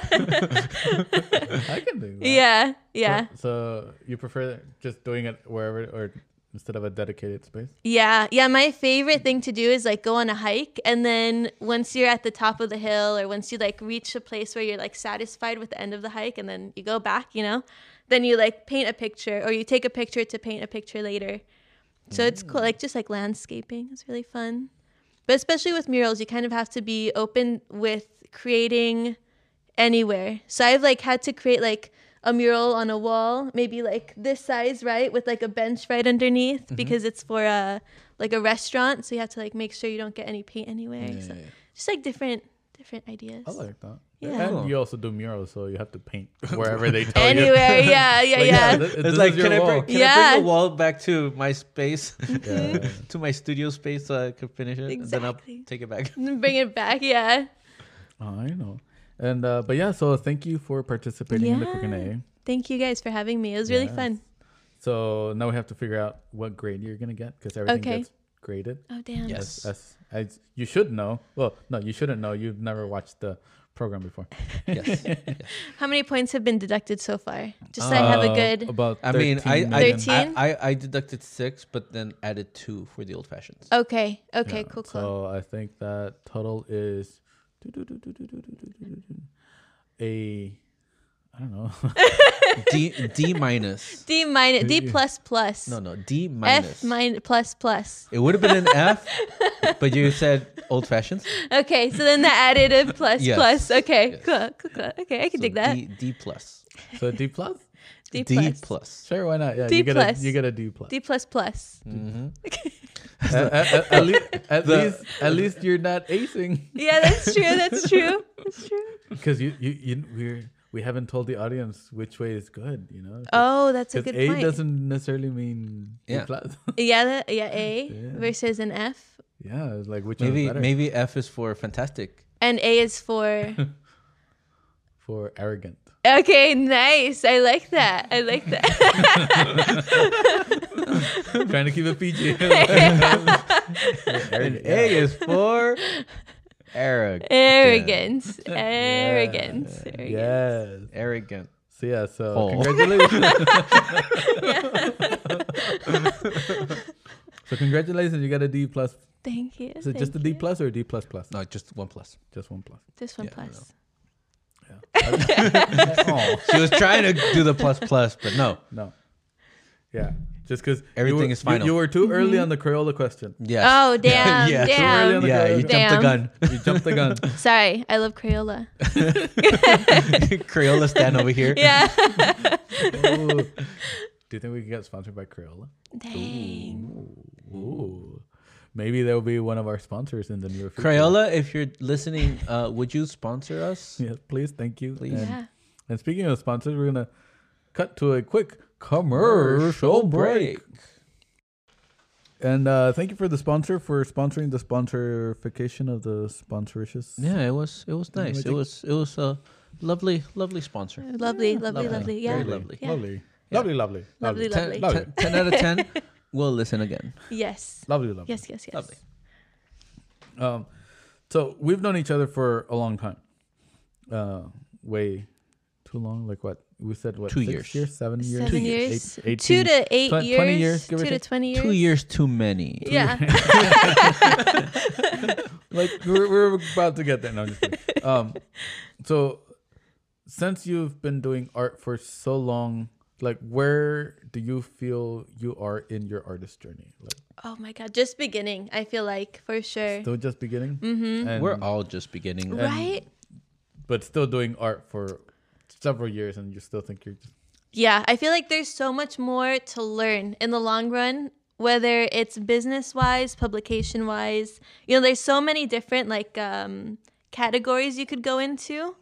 I can do that.
yeah. Yeah.
So, so you prefer just doing it wherever, or instead of a dedicated space?
Yeah, yeah. My favorite thing to do is like go on a hike, and then once you're at the top of the hill, or once you like reach a place where you're like satisfied with the end of the hike, and then you go back, you know, then you like paint a picture, or you take a picture to paint a picture later. So it's cool,
Mm.
like just like landscaping. It's really fun, but especially with murals, you kind of have to be open with creating anywhere. So I've like had to create like a mural on a wall, maybe like this size, right, with like a bench right underneath
Mm-hmm.
because it's for a like a restaurant, so you have to like make sure you don't get any paint anywhere. so just like different different ideas.
I like that.
Yeah.
And you also do murals, so you have to paint wherever they tell you.
Anywhere, yeah, yeah,
Like,
yeah.
th- this
It's
is
like,
your
can, I
wall.
bring, can I
Yeah.
bring the wall back to my space,
Yeah.
to my studio space so I could finish it? And then
Exactly.
I'll take it back.
Bring it back, yeah.
Oh, I know. And uh, but yeah, so thank you for participating in the
Yeah.
Q&A.
Thank you guys for having me. It was really
Yes.
fun.
So now we have to figure out what grade you're gonna get because everything
Okay.
gets graded.
Oh damn.
As,
Yes.
as, as you should know. Well, no, you shouldn't know. You've never watched the program before.
Yes.
How many points have been deducted so far? Just so I have a
Uh,
good.
About.
I mean, I
13
I,
million.
Thirteen?
I I I deducted six, but then added two for the old fashions.
Okay. Okay.
Yeah,
Cool. Cool.
So I think that total is a. I don't know.
D D minus.
D minus. D plus plus.
No, no, D
F
minus.
minus plus plus.
It would have been an F, but you said old fashions.
Okay, so then the additive plus
Yes.
plus. Okay,
Yes.
cool, cool, cool. Okay, I can
So
dig that.
D, D plus.
so D plus.
D,
D
plus.
plus.
Sure, why not? Yeah,
D
you get a
plus.
you get a D plus.
D plus plus.
Mm-hmm.
at, at, at, least, at least at least you're not acing
Yeah, that's true. That's true. That's true.
because you, you you we're we haven't told the audience which way is good. You know,
Oh, that's a
'Cause
good
A
point.
doesn't necessarily mean D
Yeah.
plus.
yeah, that, yeah, A
Yeah.
versus an F,
yeah, it's like which one is
Maybe
better
maybe F is for fantastic.
and A is for.
for arrogant.
Okay, nice. I like that. I like that.
Trying to keep it PG.
And A is for arrogant.
Arrogance. Arrogance. Arrogance.
yes.
Arrogant.
So yeah. So
Oh.
congratulations. so congratulations, you got a D plus.
Thank you.
Is it just a
thank
D
you.
plus or a D plus plus?
No, just one plus.
Just one plus.
This one
Yeah, I
plus.
oh
She was trying to do the plus plus, but no.
no. Yeah. Just because
Everything is final.
You, were too
Mm-hmm.
early on the Crayola question.
Yes.
Oh damn!
Yeah.
Really
Damn.
on the
yeah, you jumped
Damn.
the gun.
You jumped the gun.
Sorry, I love Crayola.
Crayola stand over here.
Yeah.
Ooh. Do you think we could get sponsored by Crayola?
Dang.
Ooh. Maybe they'll be one of our sponsors in the near future.
Crayola, if you're listening, uh, would you sponsor us?
Yes, please. Thank you.
Please.
And,
Yeah.
and speaking of sponsors, we're going to cut to a quick commercial break. And uh, thank you for the sponsor for sponsoring the sponsorification of the sponsoricious.
Yeah, it was it was nice. It
Magic.
was it was a lovely lovely sponsor.
Lovely, lovely, lovely,
lovely.
Yeah.
Very
Lovely.
Yeah.
Lovely.
Yeah.
Lovely, lovely.
Lovely,
Ten,
lovely.
Lovely.
ten- 10 out of ten. we'll listen again.
Yes.
Lovely, lovely.
Yes, yes, yes.
Lovely.
Um, so we've known each other for a long time. Uh, way too long. Like what we said, what
Two
six
years.
seven years,
Seven
eight-
years.
eight-
two
18.
to eight
twen-
years.
20 years, give or
two to
take.
20 years.
Two years too many.
Yeah.
like we're, we're about to get there. No, I'm just kidding. Um, so since you've been doing art for so long, like where do you feel you are in your artist journey? Like
oh my God. Just beginning, I feel like, for sure.
still just beginning, mm-hmm. and,
We're all just beginning.
right?
but still doing art for several years, and you still think you're just
Yeah. I feel like there's so much more to learn in the long run, whether it's business wise, publication wise. You know, there's so many different like um, categories you could go into.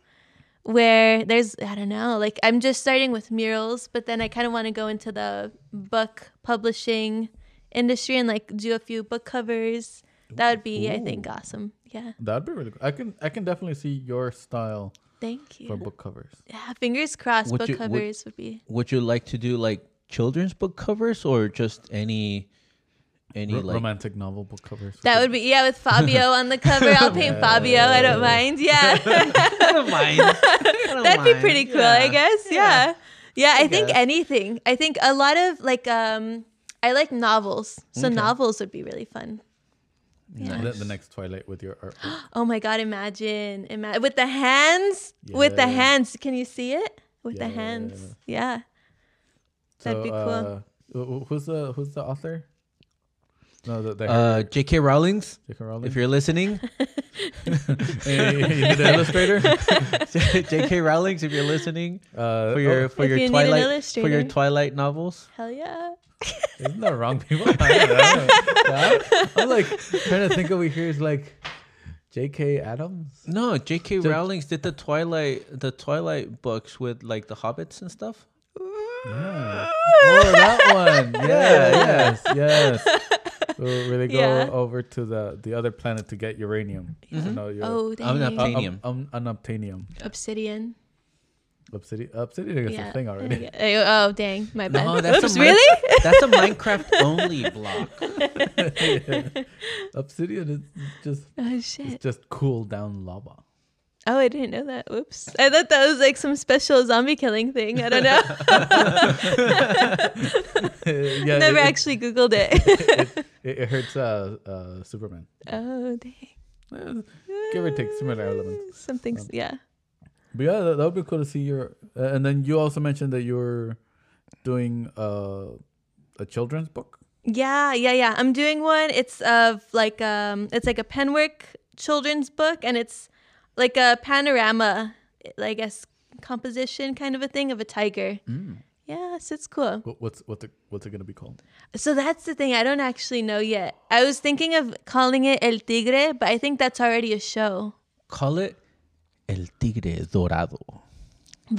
where there's I don't know, like I'm just starting with murals, but then I kind of want to go into the book publishing industry and like do a few book covers. That would be, I think, awesome. Yeah.
That'd be really good. I can I can definitely see your style
Thank you.
for book covers.
yeah, fingers crossed.
Would
book
you- would-
covers would be
Would you like to do like children's book covers or just any any
Ro-
like
romantic novel book covers.
That would be yeah with Fabio on the cover. I'll paint Fabio. I don't mind. Yeah,
I don't mind. I don't
that'd be
mind.
pretty cool. I
Yeah.
guess. Yeah, yeah. I, think
guess.
anything. I think a lot of like um, I like novels, so novels would be really fun.
And then the next Twilight with your artwork.
Oh my god! Imagine, imagine with the hands. With the
Yeah.
hands, can you see it? With the hands. Yeah. That'd be
uh,
cool.
cool. who's the Who's the author? No, the, the
Uh, J.K. Rowling's,
J.K. Rowling.
if you're listening,
Hey, you need an illustrator
J.K. Rowling's, if you're listening,
uh,
for your
oh,
for
If
your
you need an
Twilight for your
illustrator.
Twilight novels.
Hell yeah.
isn't that wrong people? I don't know. I'm like trying to think over here is like J.K. Adams.
No, J.K. Rowling's did the Twilight the Twilight books with like the hobbits and stuff.
Yeah. Oh, that one. Yeah, yes, yes. We'll really go
Yeah.
over to the the other planet to get uranium. You
Mm-hmm.
know, your,
Oh,
I'm not
dang.
playing-
um,
Obsidian.
um, unobtainium.
Obsidian.
Obsidian. Obsidian is
Yeah.
a thing already.
Yeah. Oh, dang. My bad.
No, that's
Oops,
a Mi-
really?
that's a Minecraft only block.
Obsidian is just
Oh shit.
it's just cool down lava.
Oh, I didn't know that. Whoops. I thought that was like some special zombie killing thing. I don't know.
yeah,
Never
it,
actually Googled it.
it, it hurts uh, uh, Superman.
oh, dang.
Eh, Give or take similar elements. Um,
Something's, yeah.
But yeah, that, that would be cool to see your. Uh, and then you also mentioned that you were doing uh, a children's book.
Yeah, yeah, yeah. I'm doing one. It's of like, um, it's like a penwork children's book and it's like a panorama, I guess, composition kind of a thing of a tiger.
Mm.
Yes, it's cool.
What, what's what's it, what's it gonna be called?
So that's the thing. I don't actually know yet. I was thinking of calling it El Tigre, but I think that's already a show.
Call it El Tigre Dorado.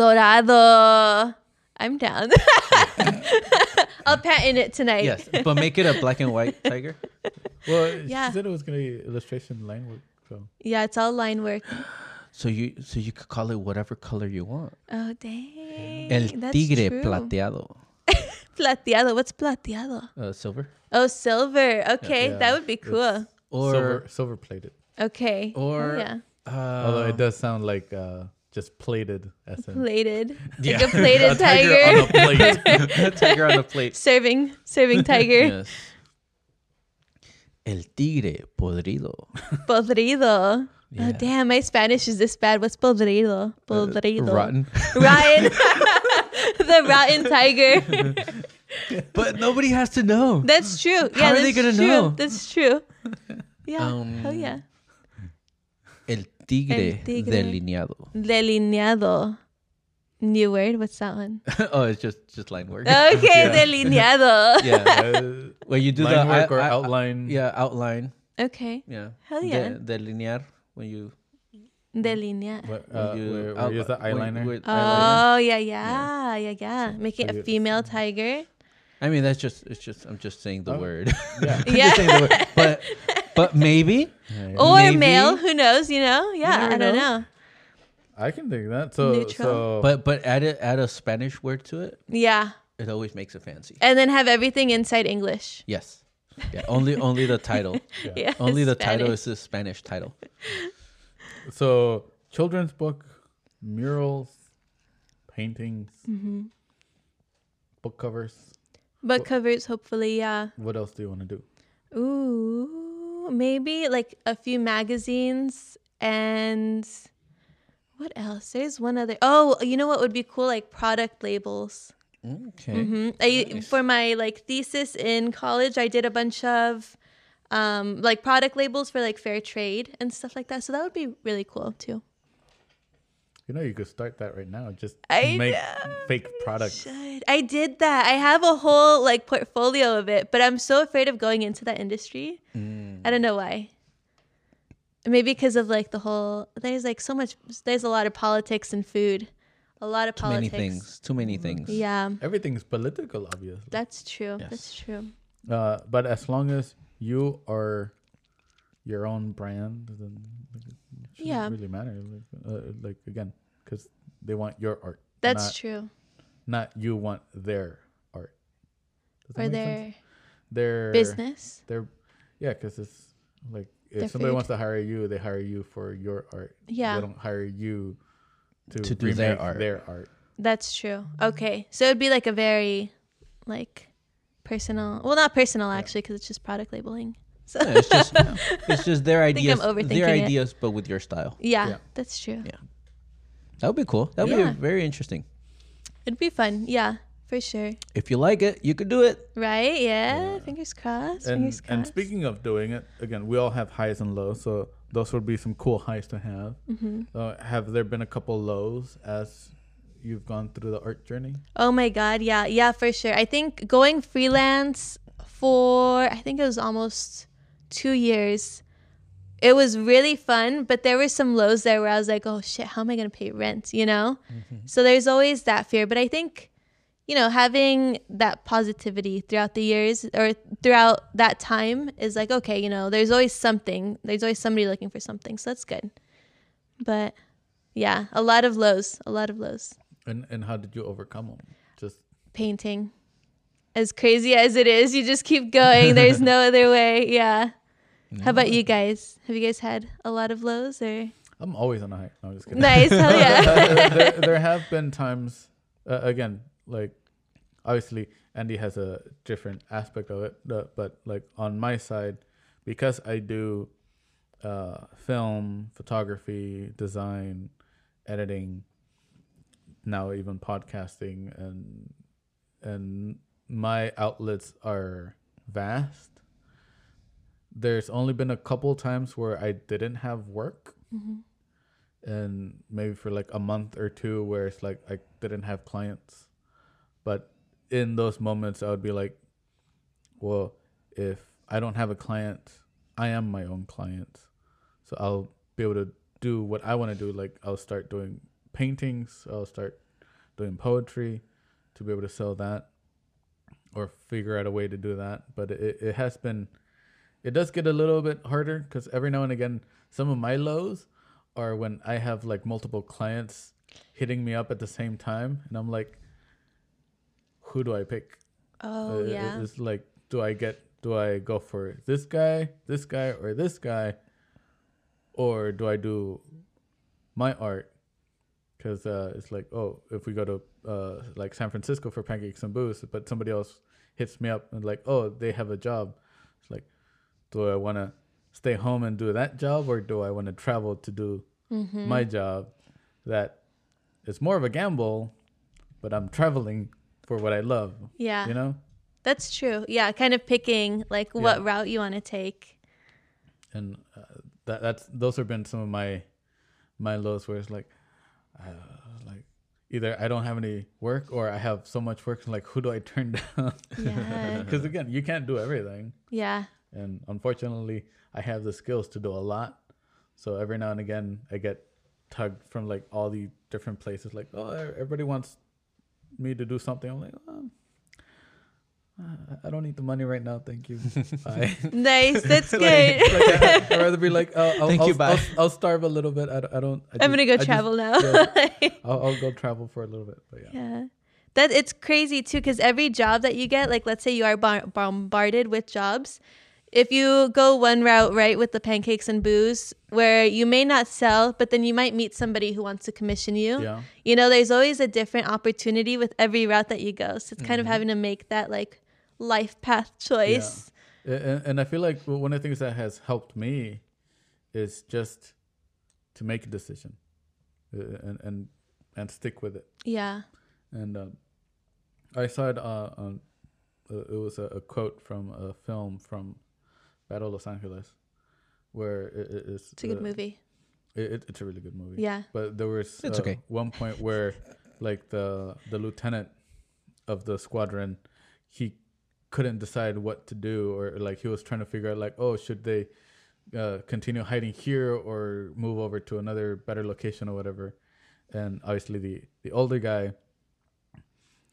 Dorado. I'm down. I'll patent it tonight.
Yes, but make it a black and white tiger.
Well,
Yeah.
she said it was gonna be illustration line work. So
Yeah, it's all line work.
So you so you could call it whatever color you want.
Oh, dang.
El
That's
Tigre
true.
Plateado.
Plateado. What's plateado?
Uh, silver.
Oh, silver. Okay,
Yeah.
that would be cool.
Or
silver silver plated.
Okay. Oh,
or
yeah.
Although
uh,
it does sound like uh, just plated as in
Plated.
Yeah.
Like a plated
a
tiger.
on a plate. a tiger on a plate.
serving, serving tiger.
Yes. El Tigre Podrido.
Podrido.
Yeah. Uh,
Oh, damn, my Spanish is this bad. What's podrido? Podrido.
Rotten.
Rotten. the rotten tiger.
but nobody has to know.
That's true. Yeah,
How are they
that's
gonna
true.
know?
That's true. Yeah.
Um,
Hell yeah.
El Tigre,
El Tigre.
Delineado.
Delineado. New word. What's that one?
oh, it's just just line work.
Okay, delineado.
yeah.
uh,
Well, you do
line
the
work
I-
or
I-
outline.
Yeah, outline.
Okay.
Yeah.
Hell yeah.
De- delinear when you Mm.
Delinea.
What,
when
uh,
you
where, where
out-
you use the
when-
eyeliner.
with eyeliner.
Oh yeah, yeah, yeah, yeah. Making
So
a
you-
female tiger.
I mean, that's just it's just I'm just saying the
Oh.
word.
yeah.
I'm just saying the word. But but maybe
Or
Maybe.
male, who knows, you know? Yeah, I
never
don't
know.
know.
I can think of that. So
Neutral.
so
but but add a, add a Spanish word to it.
Yeah.
It always makes it fancy.
And then have everything inside English.
Yes. Yeah. Only only the title.
Yeah.
Only the title
Spanish.
is the Spanish title.
so children's book, murals, paintings,
Mm-hmm.
book covers.
But covers, hopefully, yeah.
What else do you want to do?
Ooh, maybe like a few magazines and what else? There's one other. Oh, you know what would be cool? Like product labels.
Okay.
hmm I, For my like thesis in college, I did a bunch of um, like product labels for like fair trade and stuff like that. So that would be really cool too.
You know, you could start that right now. Just
I
make
know.
fake products.
Should. I did that. I have a whole like portfolio of it, but I'm so afraid of going into that industry. I don't know why. Maybe because of like the whole there's like so much there's a lot of politics in food. A lot of
Too many
politics. Mm-hmm.
things. Too many things.
Yeah.
Everything's political, obviously.
That's true. That's true.
Uh, but as long as you are your own brand, then like, it shouldn't
Yeah.
really matter. Like, uh, like again, because they want your art.
That's
not,
true.
Not you want their art. Does that
Or
make sense?
their
their
business.
Their yeah, because it's like if
Their
somebody
food.
wants to hire you, they hire you for your art.
Yeah.
they don't hire you to,
To do their
remake
art.
Their art.
That's true. Okay. So it'd be like a very like personal, well not personal actually cuz it's just product labeling. So
Yeah, it's just it's just their
think I'm
ideas,
overthinking
their
it.
ideas, but with your style.
yeah,
Yeah.
that's true.
Yeah. That would be cool. That would
Yeah.
be very interesting.
It'd be fun. Yeah, for sure.
If you like it, you could do it.
Right? Yeah. Fingers crossed.
And
fingers crossed.
and speaking of doing it, again, we all have highs and lows, so those would be some cool highs to have. Uh, have there been a couple lows as you've gone through the art journey?
Oh my god, yeah, yeah, for sure. I think going freelance for I think it was almost two years. It was really fun, but there were some lows there where I was like, oh shit, how am I gonna pay rent? You know? So there's always that fear. But I think, you know, having that positivity throughout the years or throughout that time is like, okay, you know, there's always something. There's always somebody looking for something. So that's good. But yeah, a lot of lows, a lot of lows
And and how did you overcome them? Just
painting. As crazy as it is, you just keep going. There's no other way. Yeah. How about you guys? Have you guys had a lot of lows or
I'm always on a high. No, I'm just kidding.
nice? Hell yeah.
there, there have been times, uh, again, like obviously Andy has a different aspect of it, uh, but like on my side, because I do uh, film, photography, design, editing, now even podcasting, and and my outlets are vast. There's only been a couple times where I didn't have work and maybe for like a month or two where it's like I didn't have clients. But in those moments, I would be like, well, if I don't have a client, I am my own client. So I'll be able to do what I want to do. Like I'll start doing paintings, I'll start doing poetry to be able to sell that or figure out a way to do that. But it, it has been it does get a little bit harder because every now and again some of my lows are when i have like multiple clients hitting me up at the same time and i'm like who do i pick
Oh
Uh,
yeah.
it's like do i get do i go for this guy this guy or this guy or do i do my art because uh, it's like oh if we go to uh, like san francisco for pancakes and booze but somebody else hits me up and like oh they have a job it's like do I want to stay home and do that job or do I want to travel to do
Mm-hmm.
my job that is more of a gamble, but I'm traveling for what I love,
Yeah.
you know?
That's true. Yeah, kind of picking like what route you want to take.
And uh, that that's those have been some of my my lows where it's like uh, like either I don't have any work or I have so much work and like who do I turn down?
Yeah.
Cuz again, you can't do everything.
yeah.
and unfortunately i have the skills to do a lot so every now and again i get tugged from like all the different places like oh e- everybody wants me to do something i'm like um, uh, i don't need the money right now thank you bye
Nice. That's good.
Like, I- i'd rather be like oh, I'll,
Thank
I'll,
you, bye.
I'll, I'll starve a little bit i don't, I don't I
I'm gonna go
I just-
travel now.
yeah. I'll, I'll go travel for a little bit but yeah,
Yeah. That it's crazy too because every job that you get, like let's say you are bar- bombarded with jobs, if you go one route right with the pancakes and booze, where you may not sell, but then you might meet somebody who wants to commission you.
Yeah.
You know, there's always a different opportunity with every route that you go. So it's kind
Mm-hmm.
of having to make that like life path choice.
A- And, and I feel like one of the things that has helped me is just to make a decision uh, and and, and stick with it.
Yeah.
And um, I saw it uh, on uh, it was a, a quote from a film from Battle of Los Angeles, where it, it- it's,
It's a good
uh,
movie.
It, it- it's a really good movie.
Yeah.
But there was uh,
It's okay.
one point where like the the lieutenant of the squadron he couldn't decide what to do or like he was trying to figure out like oh should they uh, continue hiding here or move over to another better location or whatever and obviously the the older guy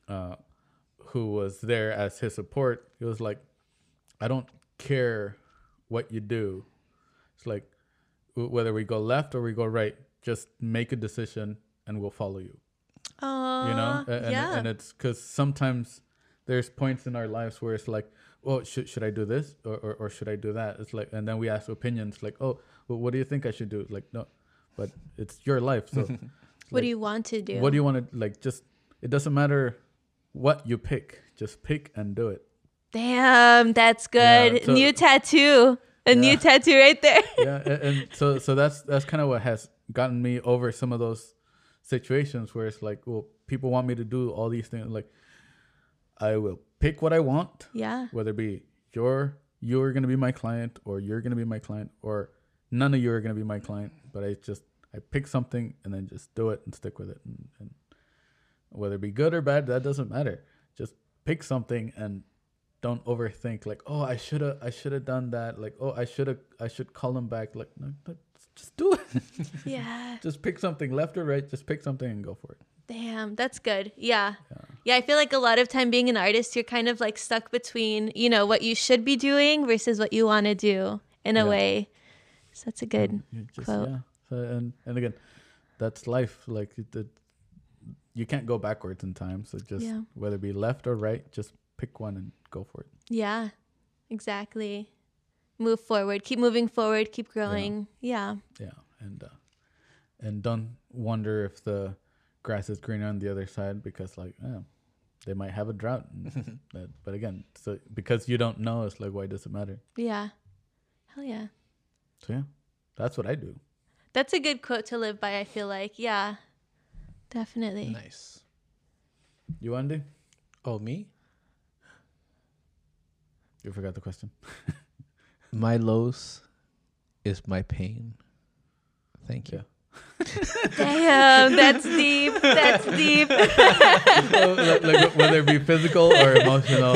uh who was there as his support he was like I don't care what you do. It's like w- whether we go left or we go right, just make a decision and we'll follow you.
Oh,
You know, A- and,
yeah.
and it's because sometimes there's points in our lives where it's like, well, should should I do this or, or or should I do that? It's like, and then we ask opinions like, oh, well, what do you think I should do? It's like, no, but it's your life, so
what do you want to do?
what do you want to like? Just it doesn't matter what you pick, just pick and do it.
Damn, that's good.
Yeah, so-
new tattoo. A new tattoo right there.
yeah a- and, so so that's that's kind of what has gotten me over some of those situations where it's like well people want me to do all these things like i will pick what i want
yeah.
whether it be your you're gonna be my client or you're gonna be my client or none of you are gonna be my client but i just i pick something and then just do it and stick with it and, and whether it be good or bad that doesn't matter just pick something and don't overthink like oh i should have i should have done that like oh i should have i should call him back like no, no just do it
Yeah.
just pick something left or right just pick something and go for it
Damn, that's good. Yeah. yeah. I feel like a lot of time being an artist, you're kind of like stuck between, you know, what you should be doing versus what you want to do in a way. So that's a good.
You just,
Quote.
yeah so, and and again that's life like it, it, you can't go backwards in time so just
Yeah.
whether it be left or right just pick one and go for it
Yeah. Exactly. Move forward, keep moving forward, keep growing. Yeah.
yeah and uh, and don't wonder if the grass is greener on the other side because like eh, they might have a drought and that, but again so because you don't know it's like why does it matter
Yeah. Hell yeah.
so yeah that's what i do
That's a good quote to live by, I feel like. Yeah. Definitely.
Nice.
you andy
Oh, me?
you forgot the question
My lows is my pain. Thank you.
Yeah.
Damn, that's deep. That's deep.
Oh, like, like, whether it be physical or emotional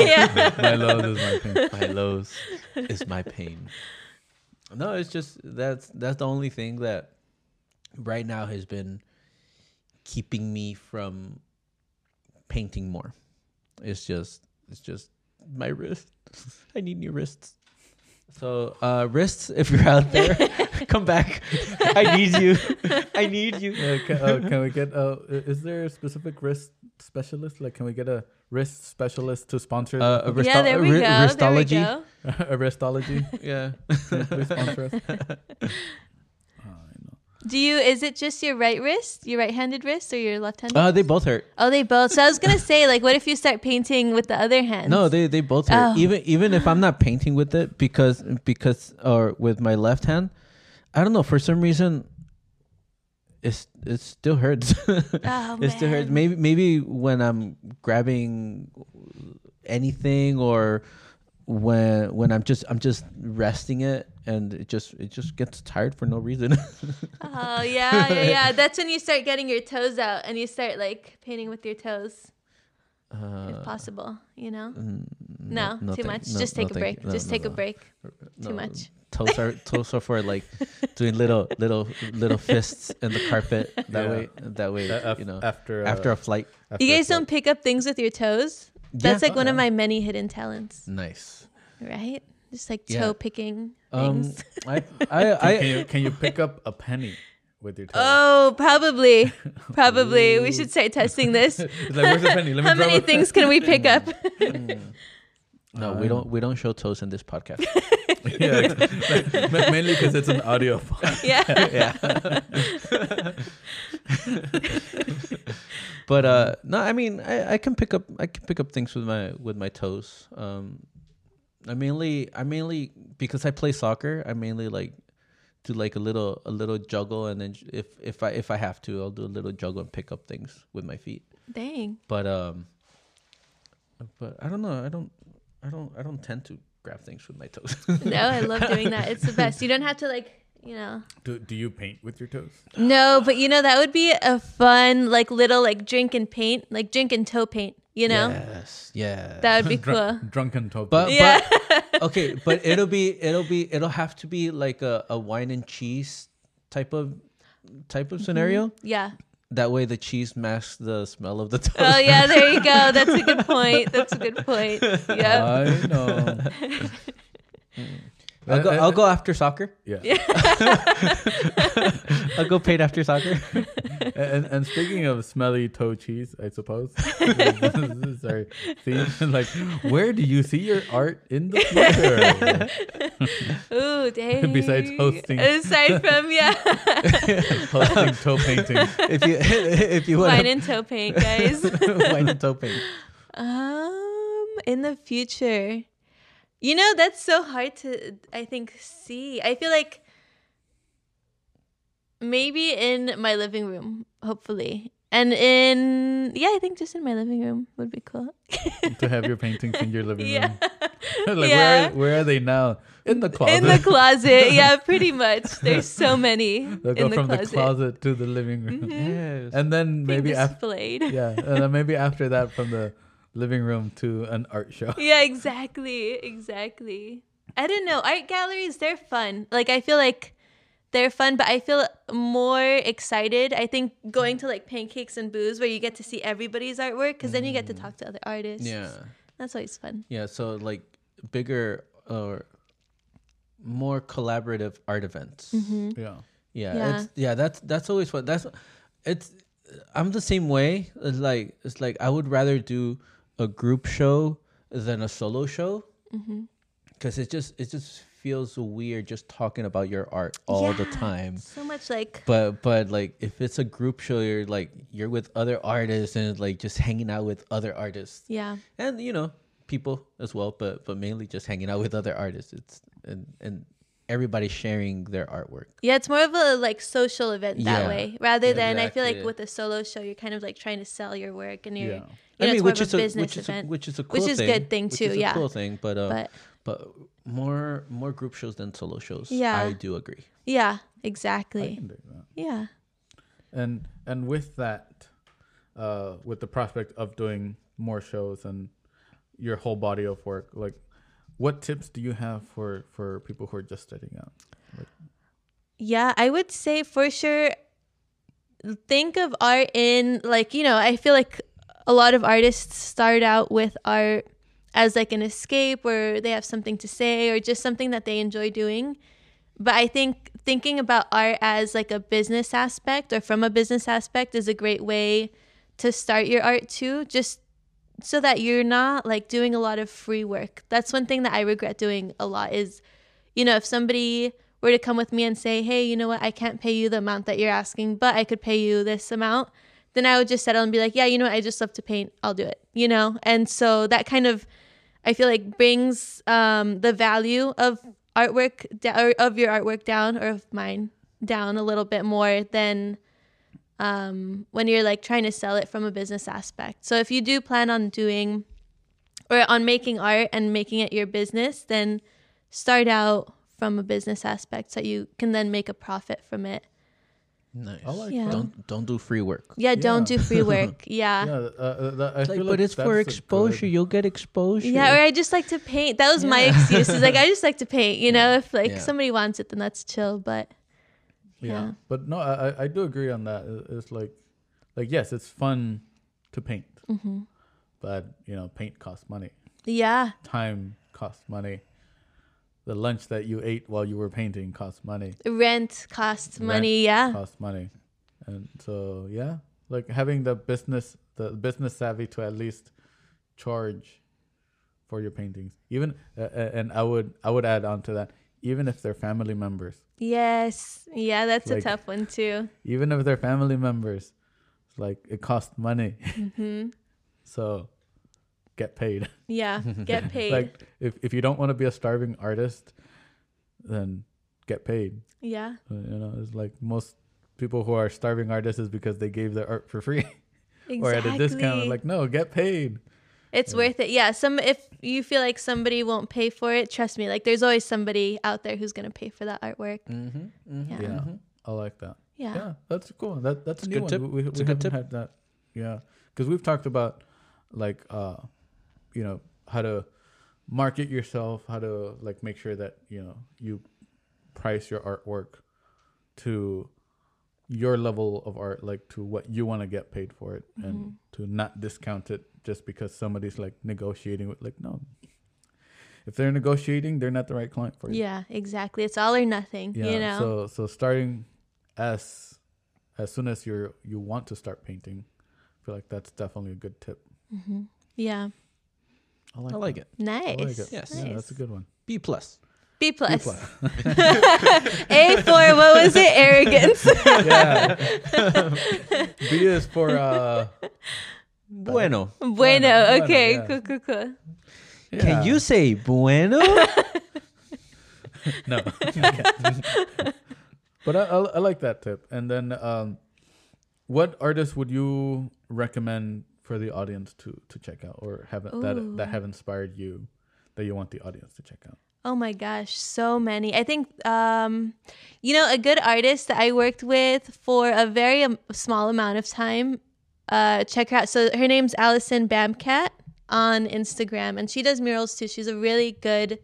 Yeah.
my love is my thing
my lows is my pain. No, it's just that's that's the only thing that right now has been keeping me from painting more. It's just it's just my wrist. I need new wrists. So uh wrists, if you're out there, come back. I need you. I need you.
Uh, can, uh, can we get? Uh, i- is there a specific wrist specialist? Like, can we get a wrist specialist to sponsor
Uh, a
yeah,
wristo-
there we go.
wri-
There we
wristology.
go.
a wristology?
Yeah.
Can you please sponsor us. Oh, I know.
Do you? Is it just your right wrist, your right-handed wrist, or your left-handed?
Uh, they both hurt.
oh, they both. So I was gonna say, like, what if you start painting with the other hand?
No, they they both hurt.
Oh.
Even even if I'm not painting with it because because or with my left hand, I don't know for some reason. It's it still hurts.
Oh,
it still hurts.
man.
Maybe maybe when I'm grabbing anything or when when I'm just I'm just resting it and it just it just gets tired for no reason.
Oh yeah, yeah, yeah. That's when you start getting your toes out and you start like painting with your toes, if
Uh,
possible. You know?
n-
No,
no
too
thank-
much.
no-
just
no
take a
thank
break.
you. No,
just
no,
take a
no.
break.
No,
Too much.
toes are toes are for like doing little little little fists in the carpet that
Yeah.
way that way
A- af-
you know
after uh,
after a flight
after
You
a
guys
flight.
don't pick up things with your toes. That's
oh,
like one of my many hidden talents,
nice
right? Just like
Yeah.
toe picking
um
things.
i i
Can,
i
can you can you pick up a penny with your toe?
Oh, probably. Probably. we should start testing this.
It's like where's the penny? Let me
How
drop
many
it.
things can we pick up?
no we don't we don't show toes in this podcast
yeah, like, ma- mainly because it's an audio. file.
yeah.
but uh no i mean i i can pick up i can pick up things with my with my toes um i mainly i mainly because i play soccer i mainly like do like a little a little juggle and then j- if if i if i have to i'll do a little juggle and pick up things with my feet
Dang.
but um but i don't know i don't i don't i don't tend to grab things with my toes
No, I love doing that. It's the best. You don't have to like, you know.
Do, do you paint with your toes?
No, but you know that would be a fun like little like drink and paint, like drink and toe paint, you know?
yes yeah
That would be cool.
Drunk, drunken toe.
but,
paint.
Yeah.
but okay but it'll be it'll be it'll have to
Mm-hmm.
be like a, a wine and cheese type of type of scenario
Yeah.
That way, the cheese masks the smell of the toast.
Oh yeah, there you go. That's a good point. That's a good point. Yeah.
I know.
I'll go. I'll go after soccer.
Yeah.
I'll go paid after soccer.
and and speaking of smelly toe cheese, I suppose. Sorry. See, like, where do you see your art in the future?
Ooh, dang. Uh,
Besides hosting.
Aside from yeah,
Hosting toe painting.
If you if you want
wine
to
and toe paint, guys.
wine and toe paint.
Um, in the future, you know that's so hard to I think see. I feel like maybe in my living room, hopefully, and in yeah, I think just in my living room would be cool.
to have your paintings in your living
yeah,
room. like
Yeah.
where where are they now? In the closet.
in the closet. Yeah, pretty much. There's so many
They'll
in
go
the
from
closet. Mm-hmm.
the closet to the living room.
Yes.
And then
being
maybe after
displayed.
yeah, and then maybe after that from the living room to an art show.
yeah, exactly, exactly. I don't know. Art galleries, they're fun. Like I feel like they're fun, but I feel more excited. I think going to like pancakes and booze where you get to see everybody's artwork because then you get to talk to other artists.
Mm. yeah.
that's always fun.
Yeah. So like bigger or more collaborative art events.
Yeah.
Yeah,
Mm-hmm. Yeah.
It's, yeah, that's that's always what that's it's I'm the same way. It's like it's like I would rather do a group show than a solo show
Mm-hmm.
because it just it just feels weird just talking about your art all the
Yeah.
time.
So much like
But but like if it's a group show, you're like you're with other artists and like just hanging out with other artists
yeah,
and you know people as well. But but mainly just hanging out with other artists. It's and and everybody sharing their artwork.
yeah. It's more of a like social event that
Yeah.
way rather than I feel like
Exactly.
with a solo show you're kind of like trying to sell your work and you're.
Yeah.
You know,
I mean,
it's more
which
of
is
a
a
business
which is a,
event.
which is a
which
cool
is
thing,
good thing
which
too,
is a
yeah.
cool thing, but uh,
But-
but more more group shows than solo shows.
Yeah.
I do agree.
yeah,
I
exactly.
can do that.
Yeah.
and and with that uh with the prospect of doing more shows and your whole body of work like what tips do you have for for people who are just starting out
Yeah, I would say for sure think of art in like, you know, I feel like a lot of artists start out with art as like an escape or they have something to say or just something that they enjoy doing. But I think thinking about art as like a business aspect or from a business aspect is a great way to start your art too, just so that you're not like doing a lot of free work. That's one thing that I regret doing a lot is you know, if somebody were to come with me and say, hey, you know what, I can't pay you the amount that you're asking, but I could pay you this amount, then I would just settle and be like, yeah, you know what, I just love to paint. I'll do it, you know? And so that kind of, I feel like brings um, the value of artwork, da- or of your artwork down, or of mine down a little bit more than um, when you're like trying to sell it from a business aspect. So if you do plan on doing or on making art and making it your business, then start out from a business aspect so you can then make a profit from it.
Nice.
I like
Yeah. that.
Don't don't do free work.
Yeah, don't
Yeah.
do free work. Yeah.
yeah
yeah.
uh, uh, that- I
Like,
feel
but
like
it's
that's
for
a
exposure.
good-
You'll get exposure.
or I just like to paint. That was my
Yeah.
excuse. Is like I just like to paint, you know, if like
Yeah.
somebody wants it then that's chill, but
yeah.
yeah.
but no I, I- I do agree on that It- it's like like yes it's fun to paint but you know paint costs money
yeah.
time costs money the lunch that you ate while you were painting costs money
Rent costs
Rent
money, yeah.
cost money and so yeah like having the business the business savvy to at least charge for your paintings even uh, uh, and i would i would add on to that even if they're family members
Yes. Yeah, that's
Like-
a tough one too.
even if they're family members it's like it costs money so get paid
Yeah. Get paid.
like if, if you don't want to be a starving artist then get paid
yeah.
Uh, you know it's like most people who are starving artists is because they gave their art for free
Exactly.
or at a discount. Like, no, get paid.
It's worth it. Yeah. Some if you feel like somebody won't pay for it, trust me. Like there's always somebody out there who's gonna pay for that artwork.
Mm-hmm,
Yeah.
Mm-hmm. Yeah,
Yeah.
I like that.
Yeah.
Yeah, that's cool. That that's a
It's a
new
good
one.
tip.
We, we,
It's
we
a
haven't
good tip.
had that. Yeah, because we've talked about like uh, you know how to market yourself, how to like make sure that you know you price your artwork to your level of art like to what you want to get paid for it and to not discount it just because somebody's like negotiating with like no if they're negotiating they're not the right client for you
Yeah, exactly. It's all or nothing, you know?
so so starting as as soon as you're you want to start painting i feel like that's definitely a good tip
yeah.
i like,
I like it.
Nice.
that. I like it.
Yes.
Yeah,
Nice.
that's a good one
B plus.
B plus.
plus.
A for what was it? Arrogance.
yeah b is for uh
Bueno.
bueno. Okay.
yeah.
Cool. Cool. Cool.
yeah.
Can you say bueno?
no but I, I, I like that tip and then um what artists would you recommend for the audience to to check out or have that that have inspired you that you want the audience to check out
Oh my gosh, so many. I think, um, you know, a good artist that I worked with for a very um, small amount of time. Uh, check her out. So her name's Allison Bamcat on Instagram, and she does murals too. She's a really good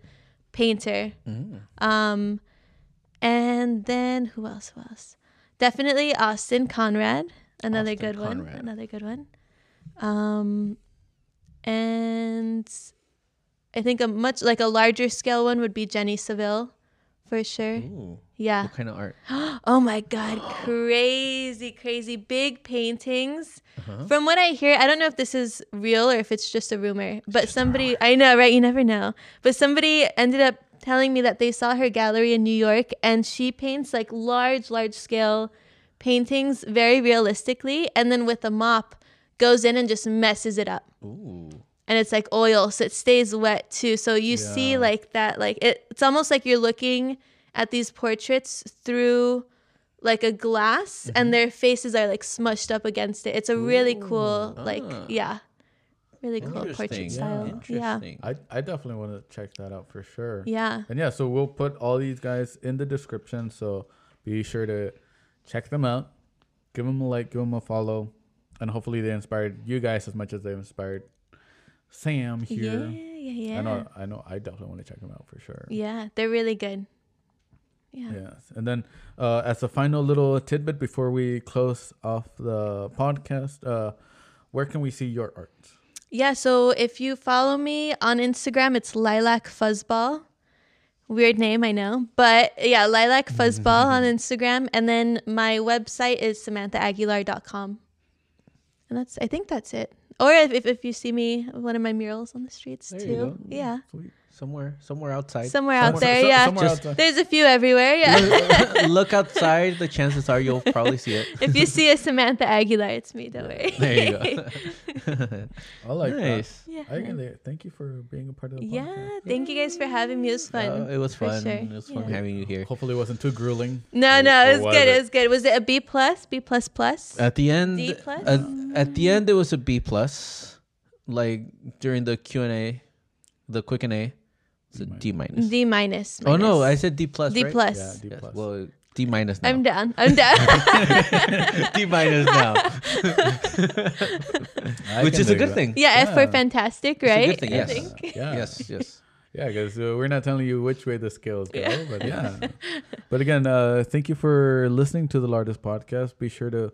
painter.
Mm.
Um, and then who else? Who else? Definitely Austin Conrad, another
Austin
good one.
Conrad.
Another good one. Um, and I think a much like a larger scale one would be Jenny Seville for sure.
Mm-hmm.
Ooh,
Yeah.
what kind of art?
Oh my god, crazy, crazy big paintings. From what I hear, I don't know if this is real or if it's just a rumor, but somebody I know, right? You never know. But somebody ended up telling me that they saw her gallery in New York and she paints like large, large scale paintings very realistically and then with a mop goes in and just messes it up
Ooh.
and it's like oil so it stays wet too so you see
Yeah.
like that like it, it's almost like you're looking at these portraits through like a glass
Mm-hmm.
and their faces are like smushed up against it it's a really cool like
ah.
yeah really cool
Interesting.
portrait style yeah
Interesting.
i i definitely want to check that out for sure
yeah
And yeah, so we'll put all these guys in the description. So be sure to check them out, give them a like, give them a follow, and hopefully they inspired you guys as much as they inspired Sam
yeah
here.
yeah yeah
I know, I know, I definitely want to check them out for sure.
yeah they're really good
Yes. And then, uh, as a final little tidbit before we close off the podcast, uh, where can we see your art?
Yeah, so if you follow me on Instagram, it's Lilac Fuzzball. Weird name, I know. But yeah, Lilac Fuzzball on Instagram. And then my website is samanthaaguilar.com. And that's, I think that's it. Or if, if, if you see me, one of my murals on the streets
There you
too.
go.
Yeah.
Sweet.
Somewhere, somewhere outside.
Somewhere out
So-
there.
so-
yeah.
somewhere
Just-
outside.
There's a few everywhere. Yeah.
Look outside. The chances are you'll probably see it.
if you see a Samantha Aguilar, it's me. Don't worry.
There you go. uh,
I like
nice.
yeah.
that. I can, thank you for being a part of the podcast.
Yeah. Thank you guys for having me. It was fun.
Uh, it was
for
fun.
sure.
It was fun
Yeah.
having you here.
Hopefully, it wasn't too grueling.
No, no,
or
it was
was
good.
it?
It was good. Was it a B plus? B plus plus?
At the end,
D plus?
At, at the end, it was a B plus. Like during the Q and A, the quick and A, it's a D minus.
D minus.
Oh no, I
minus.
said D plus.
D
right?
plus.
Yeah, D
Yes,
plus.
Well, D minus now.
I'm down. I'm down.
D minus now,
I
which
can
is a
dig
good
that.
thing.
yeah, F for
Yeah.
fantastic,
a good
right?
thing,
I
yes.
think.
Yeah.
Yes, yes.
Yeah, because uh, we're not telling you which way the scales go, but yeah. but again, uh, thank you for listening to the Lardest podcast. Be sure to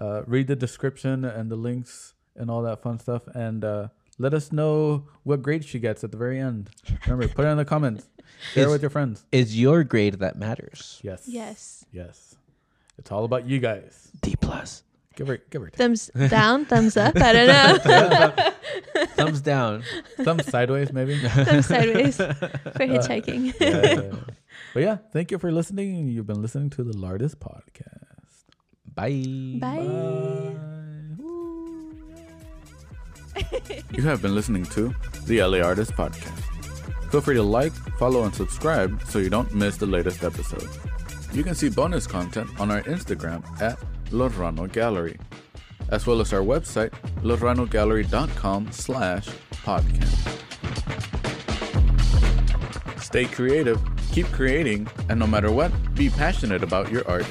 uh, read the description and the links and all that fun stuff, and uh, let us know what grade she gets at the very end. Remember, put it in the comments. Share it
Is-
with your friends.
It's your grade that matters.
Yes.
Yes.
Yes. It's all about you guys.
D plus.
Give her, give her t-
Thumbs down, thumbs up. I don't know.
Thumbs down.
thumbs sideways, maybe.
thumbs sideways for hitchhiking.
Uh, but yeah, thank you for listening. You've been listening to the Lardest podcast.
Bye.
Bye.
You have been listening to the LA Artist Podcast. Feel free to like, follow, and subscribe so you don't miss the latest episode. You can see bonus content on our Instagram at Lorano Gallery, as well as our website, loranogallery.com slash podcast. Stay creative, keep creating, and no matter what, be passionate about your art.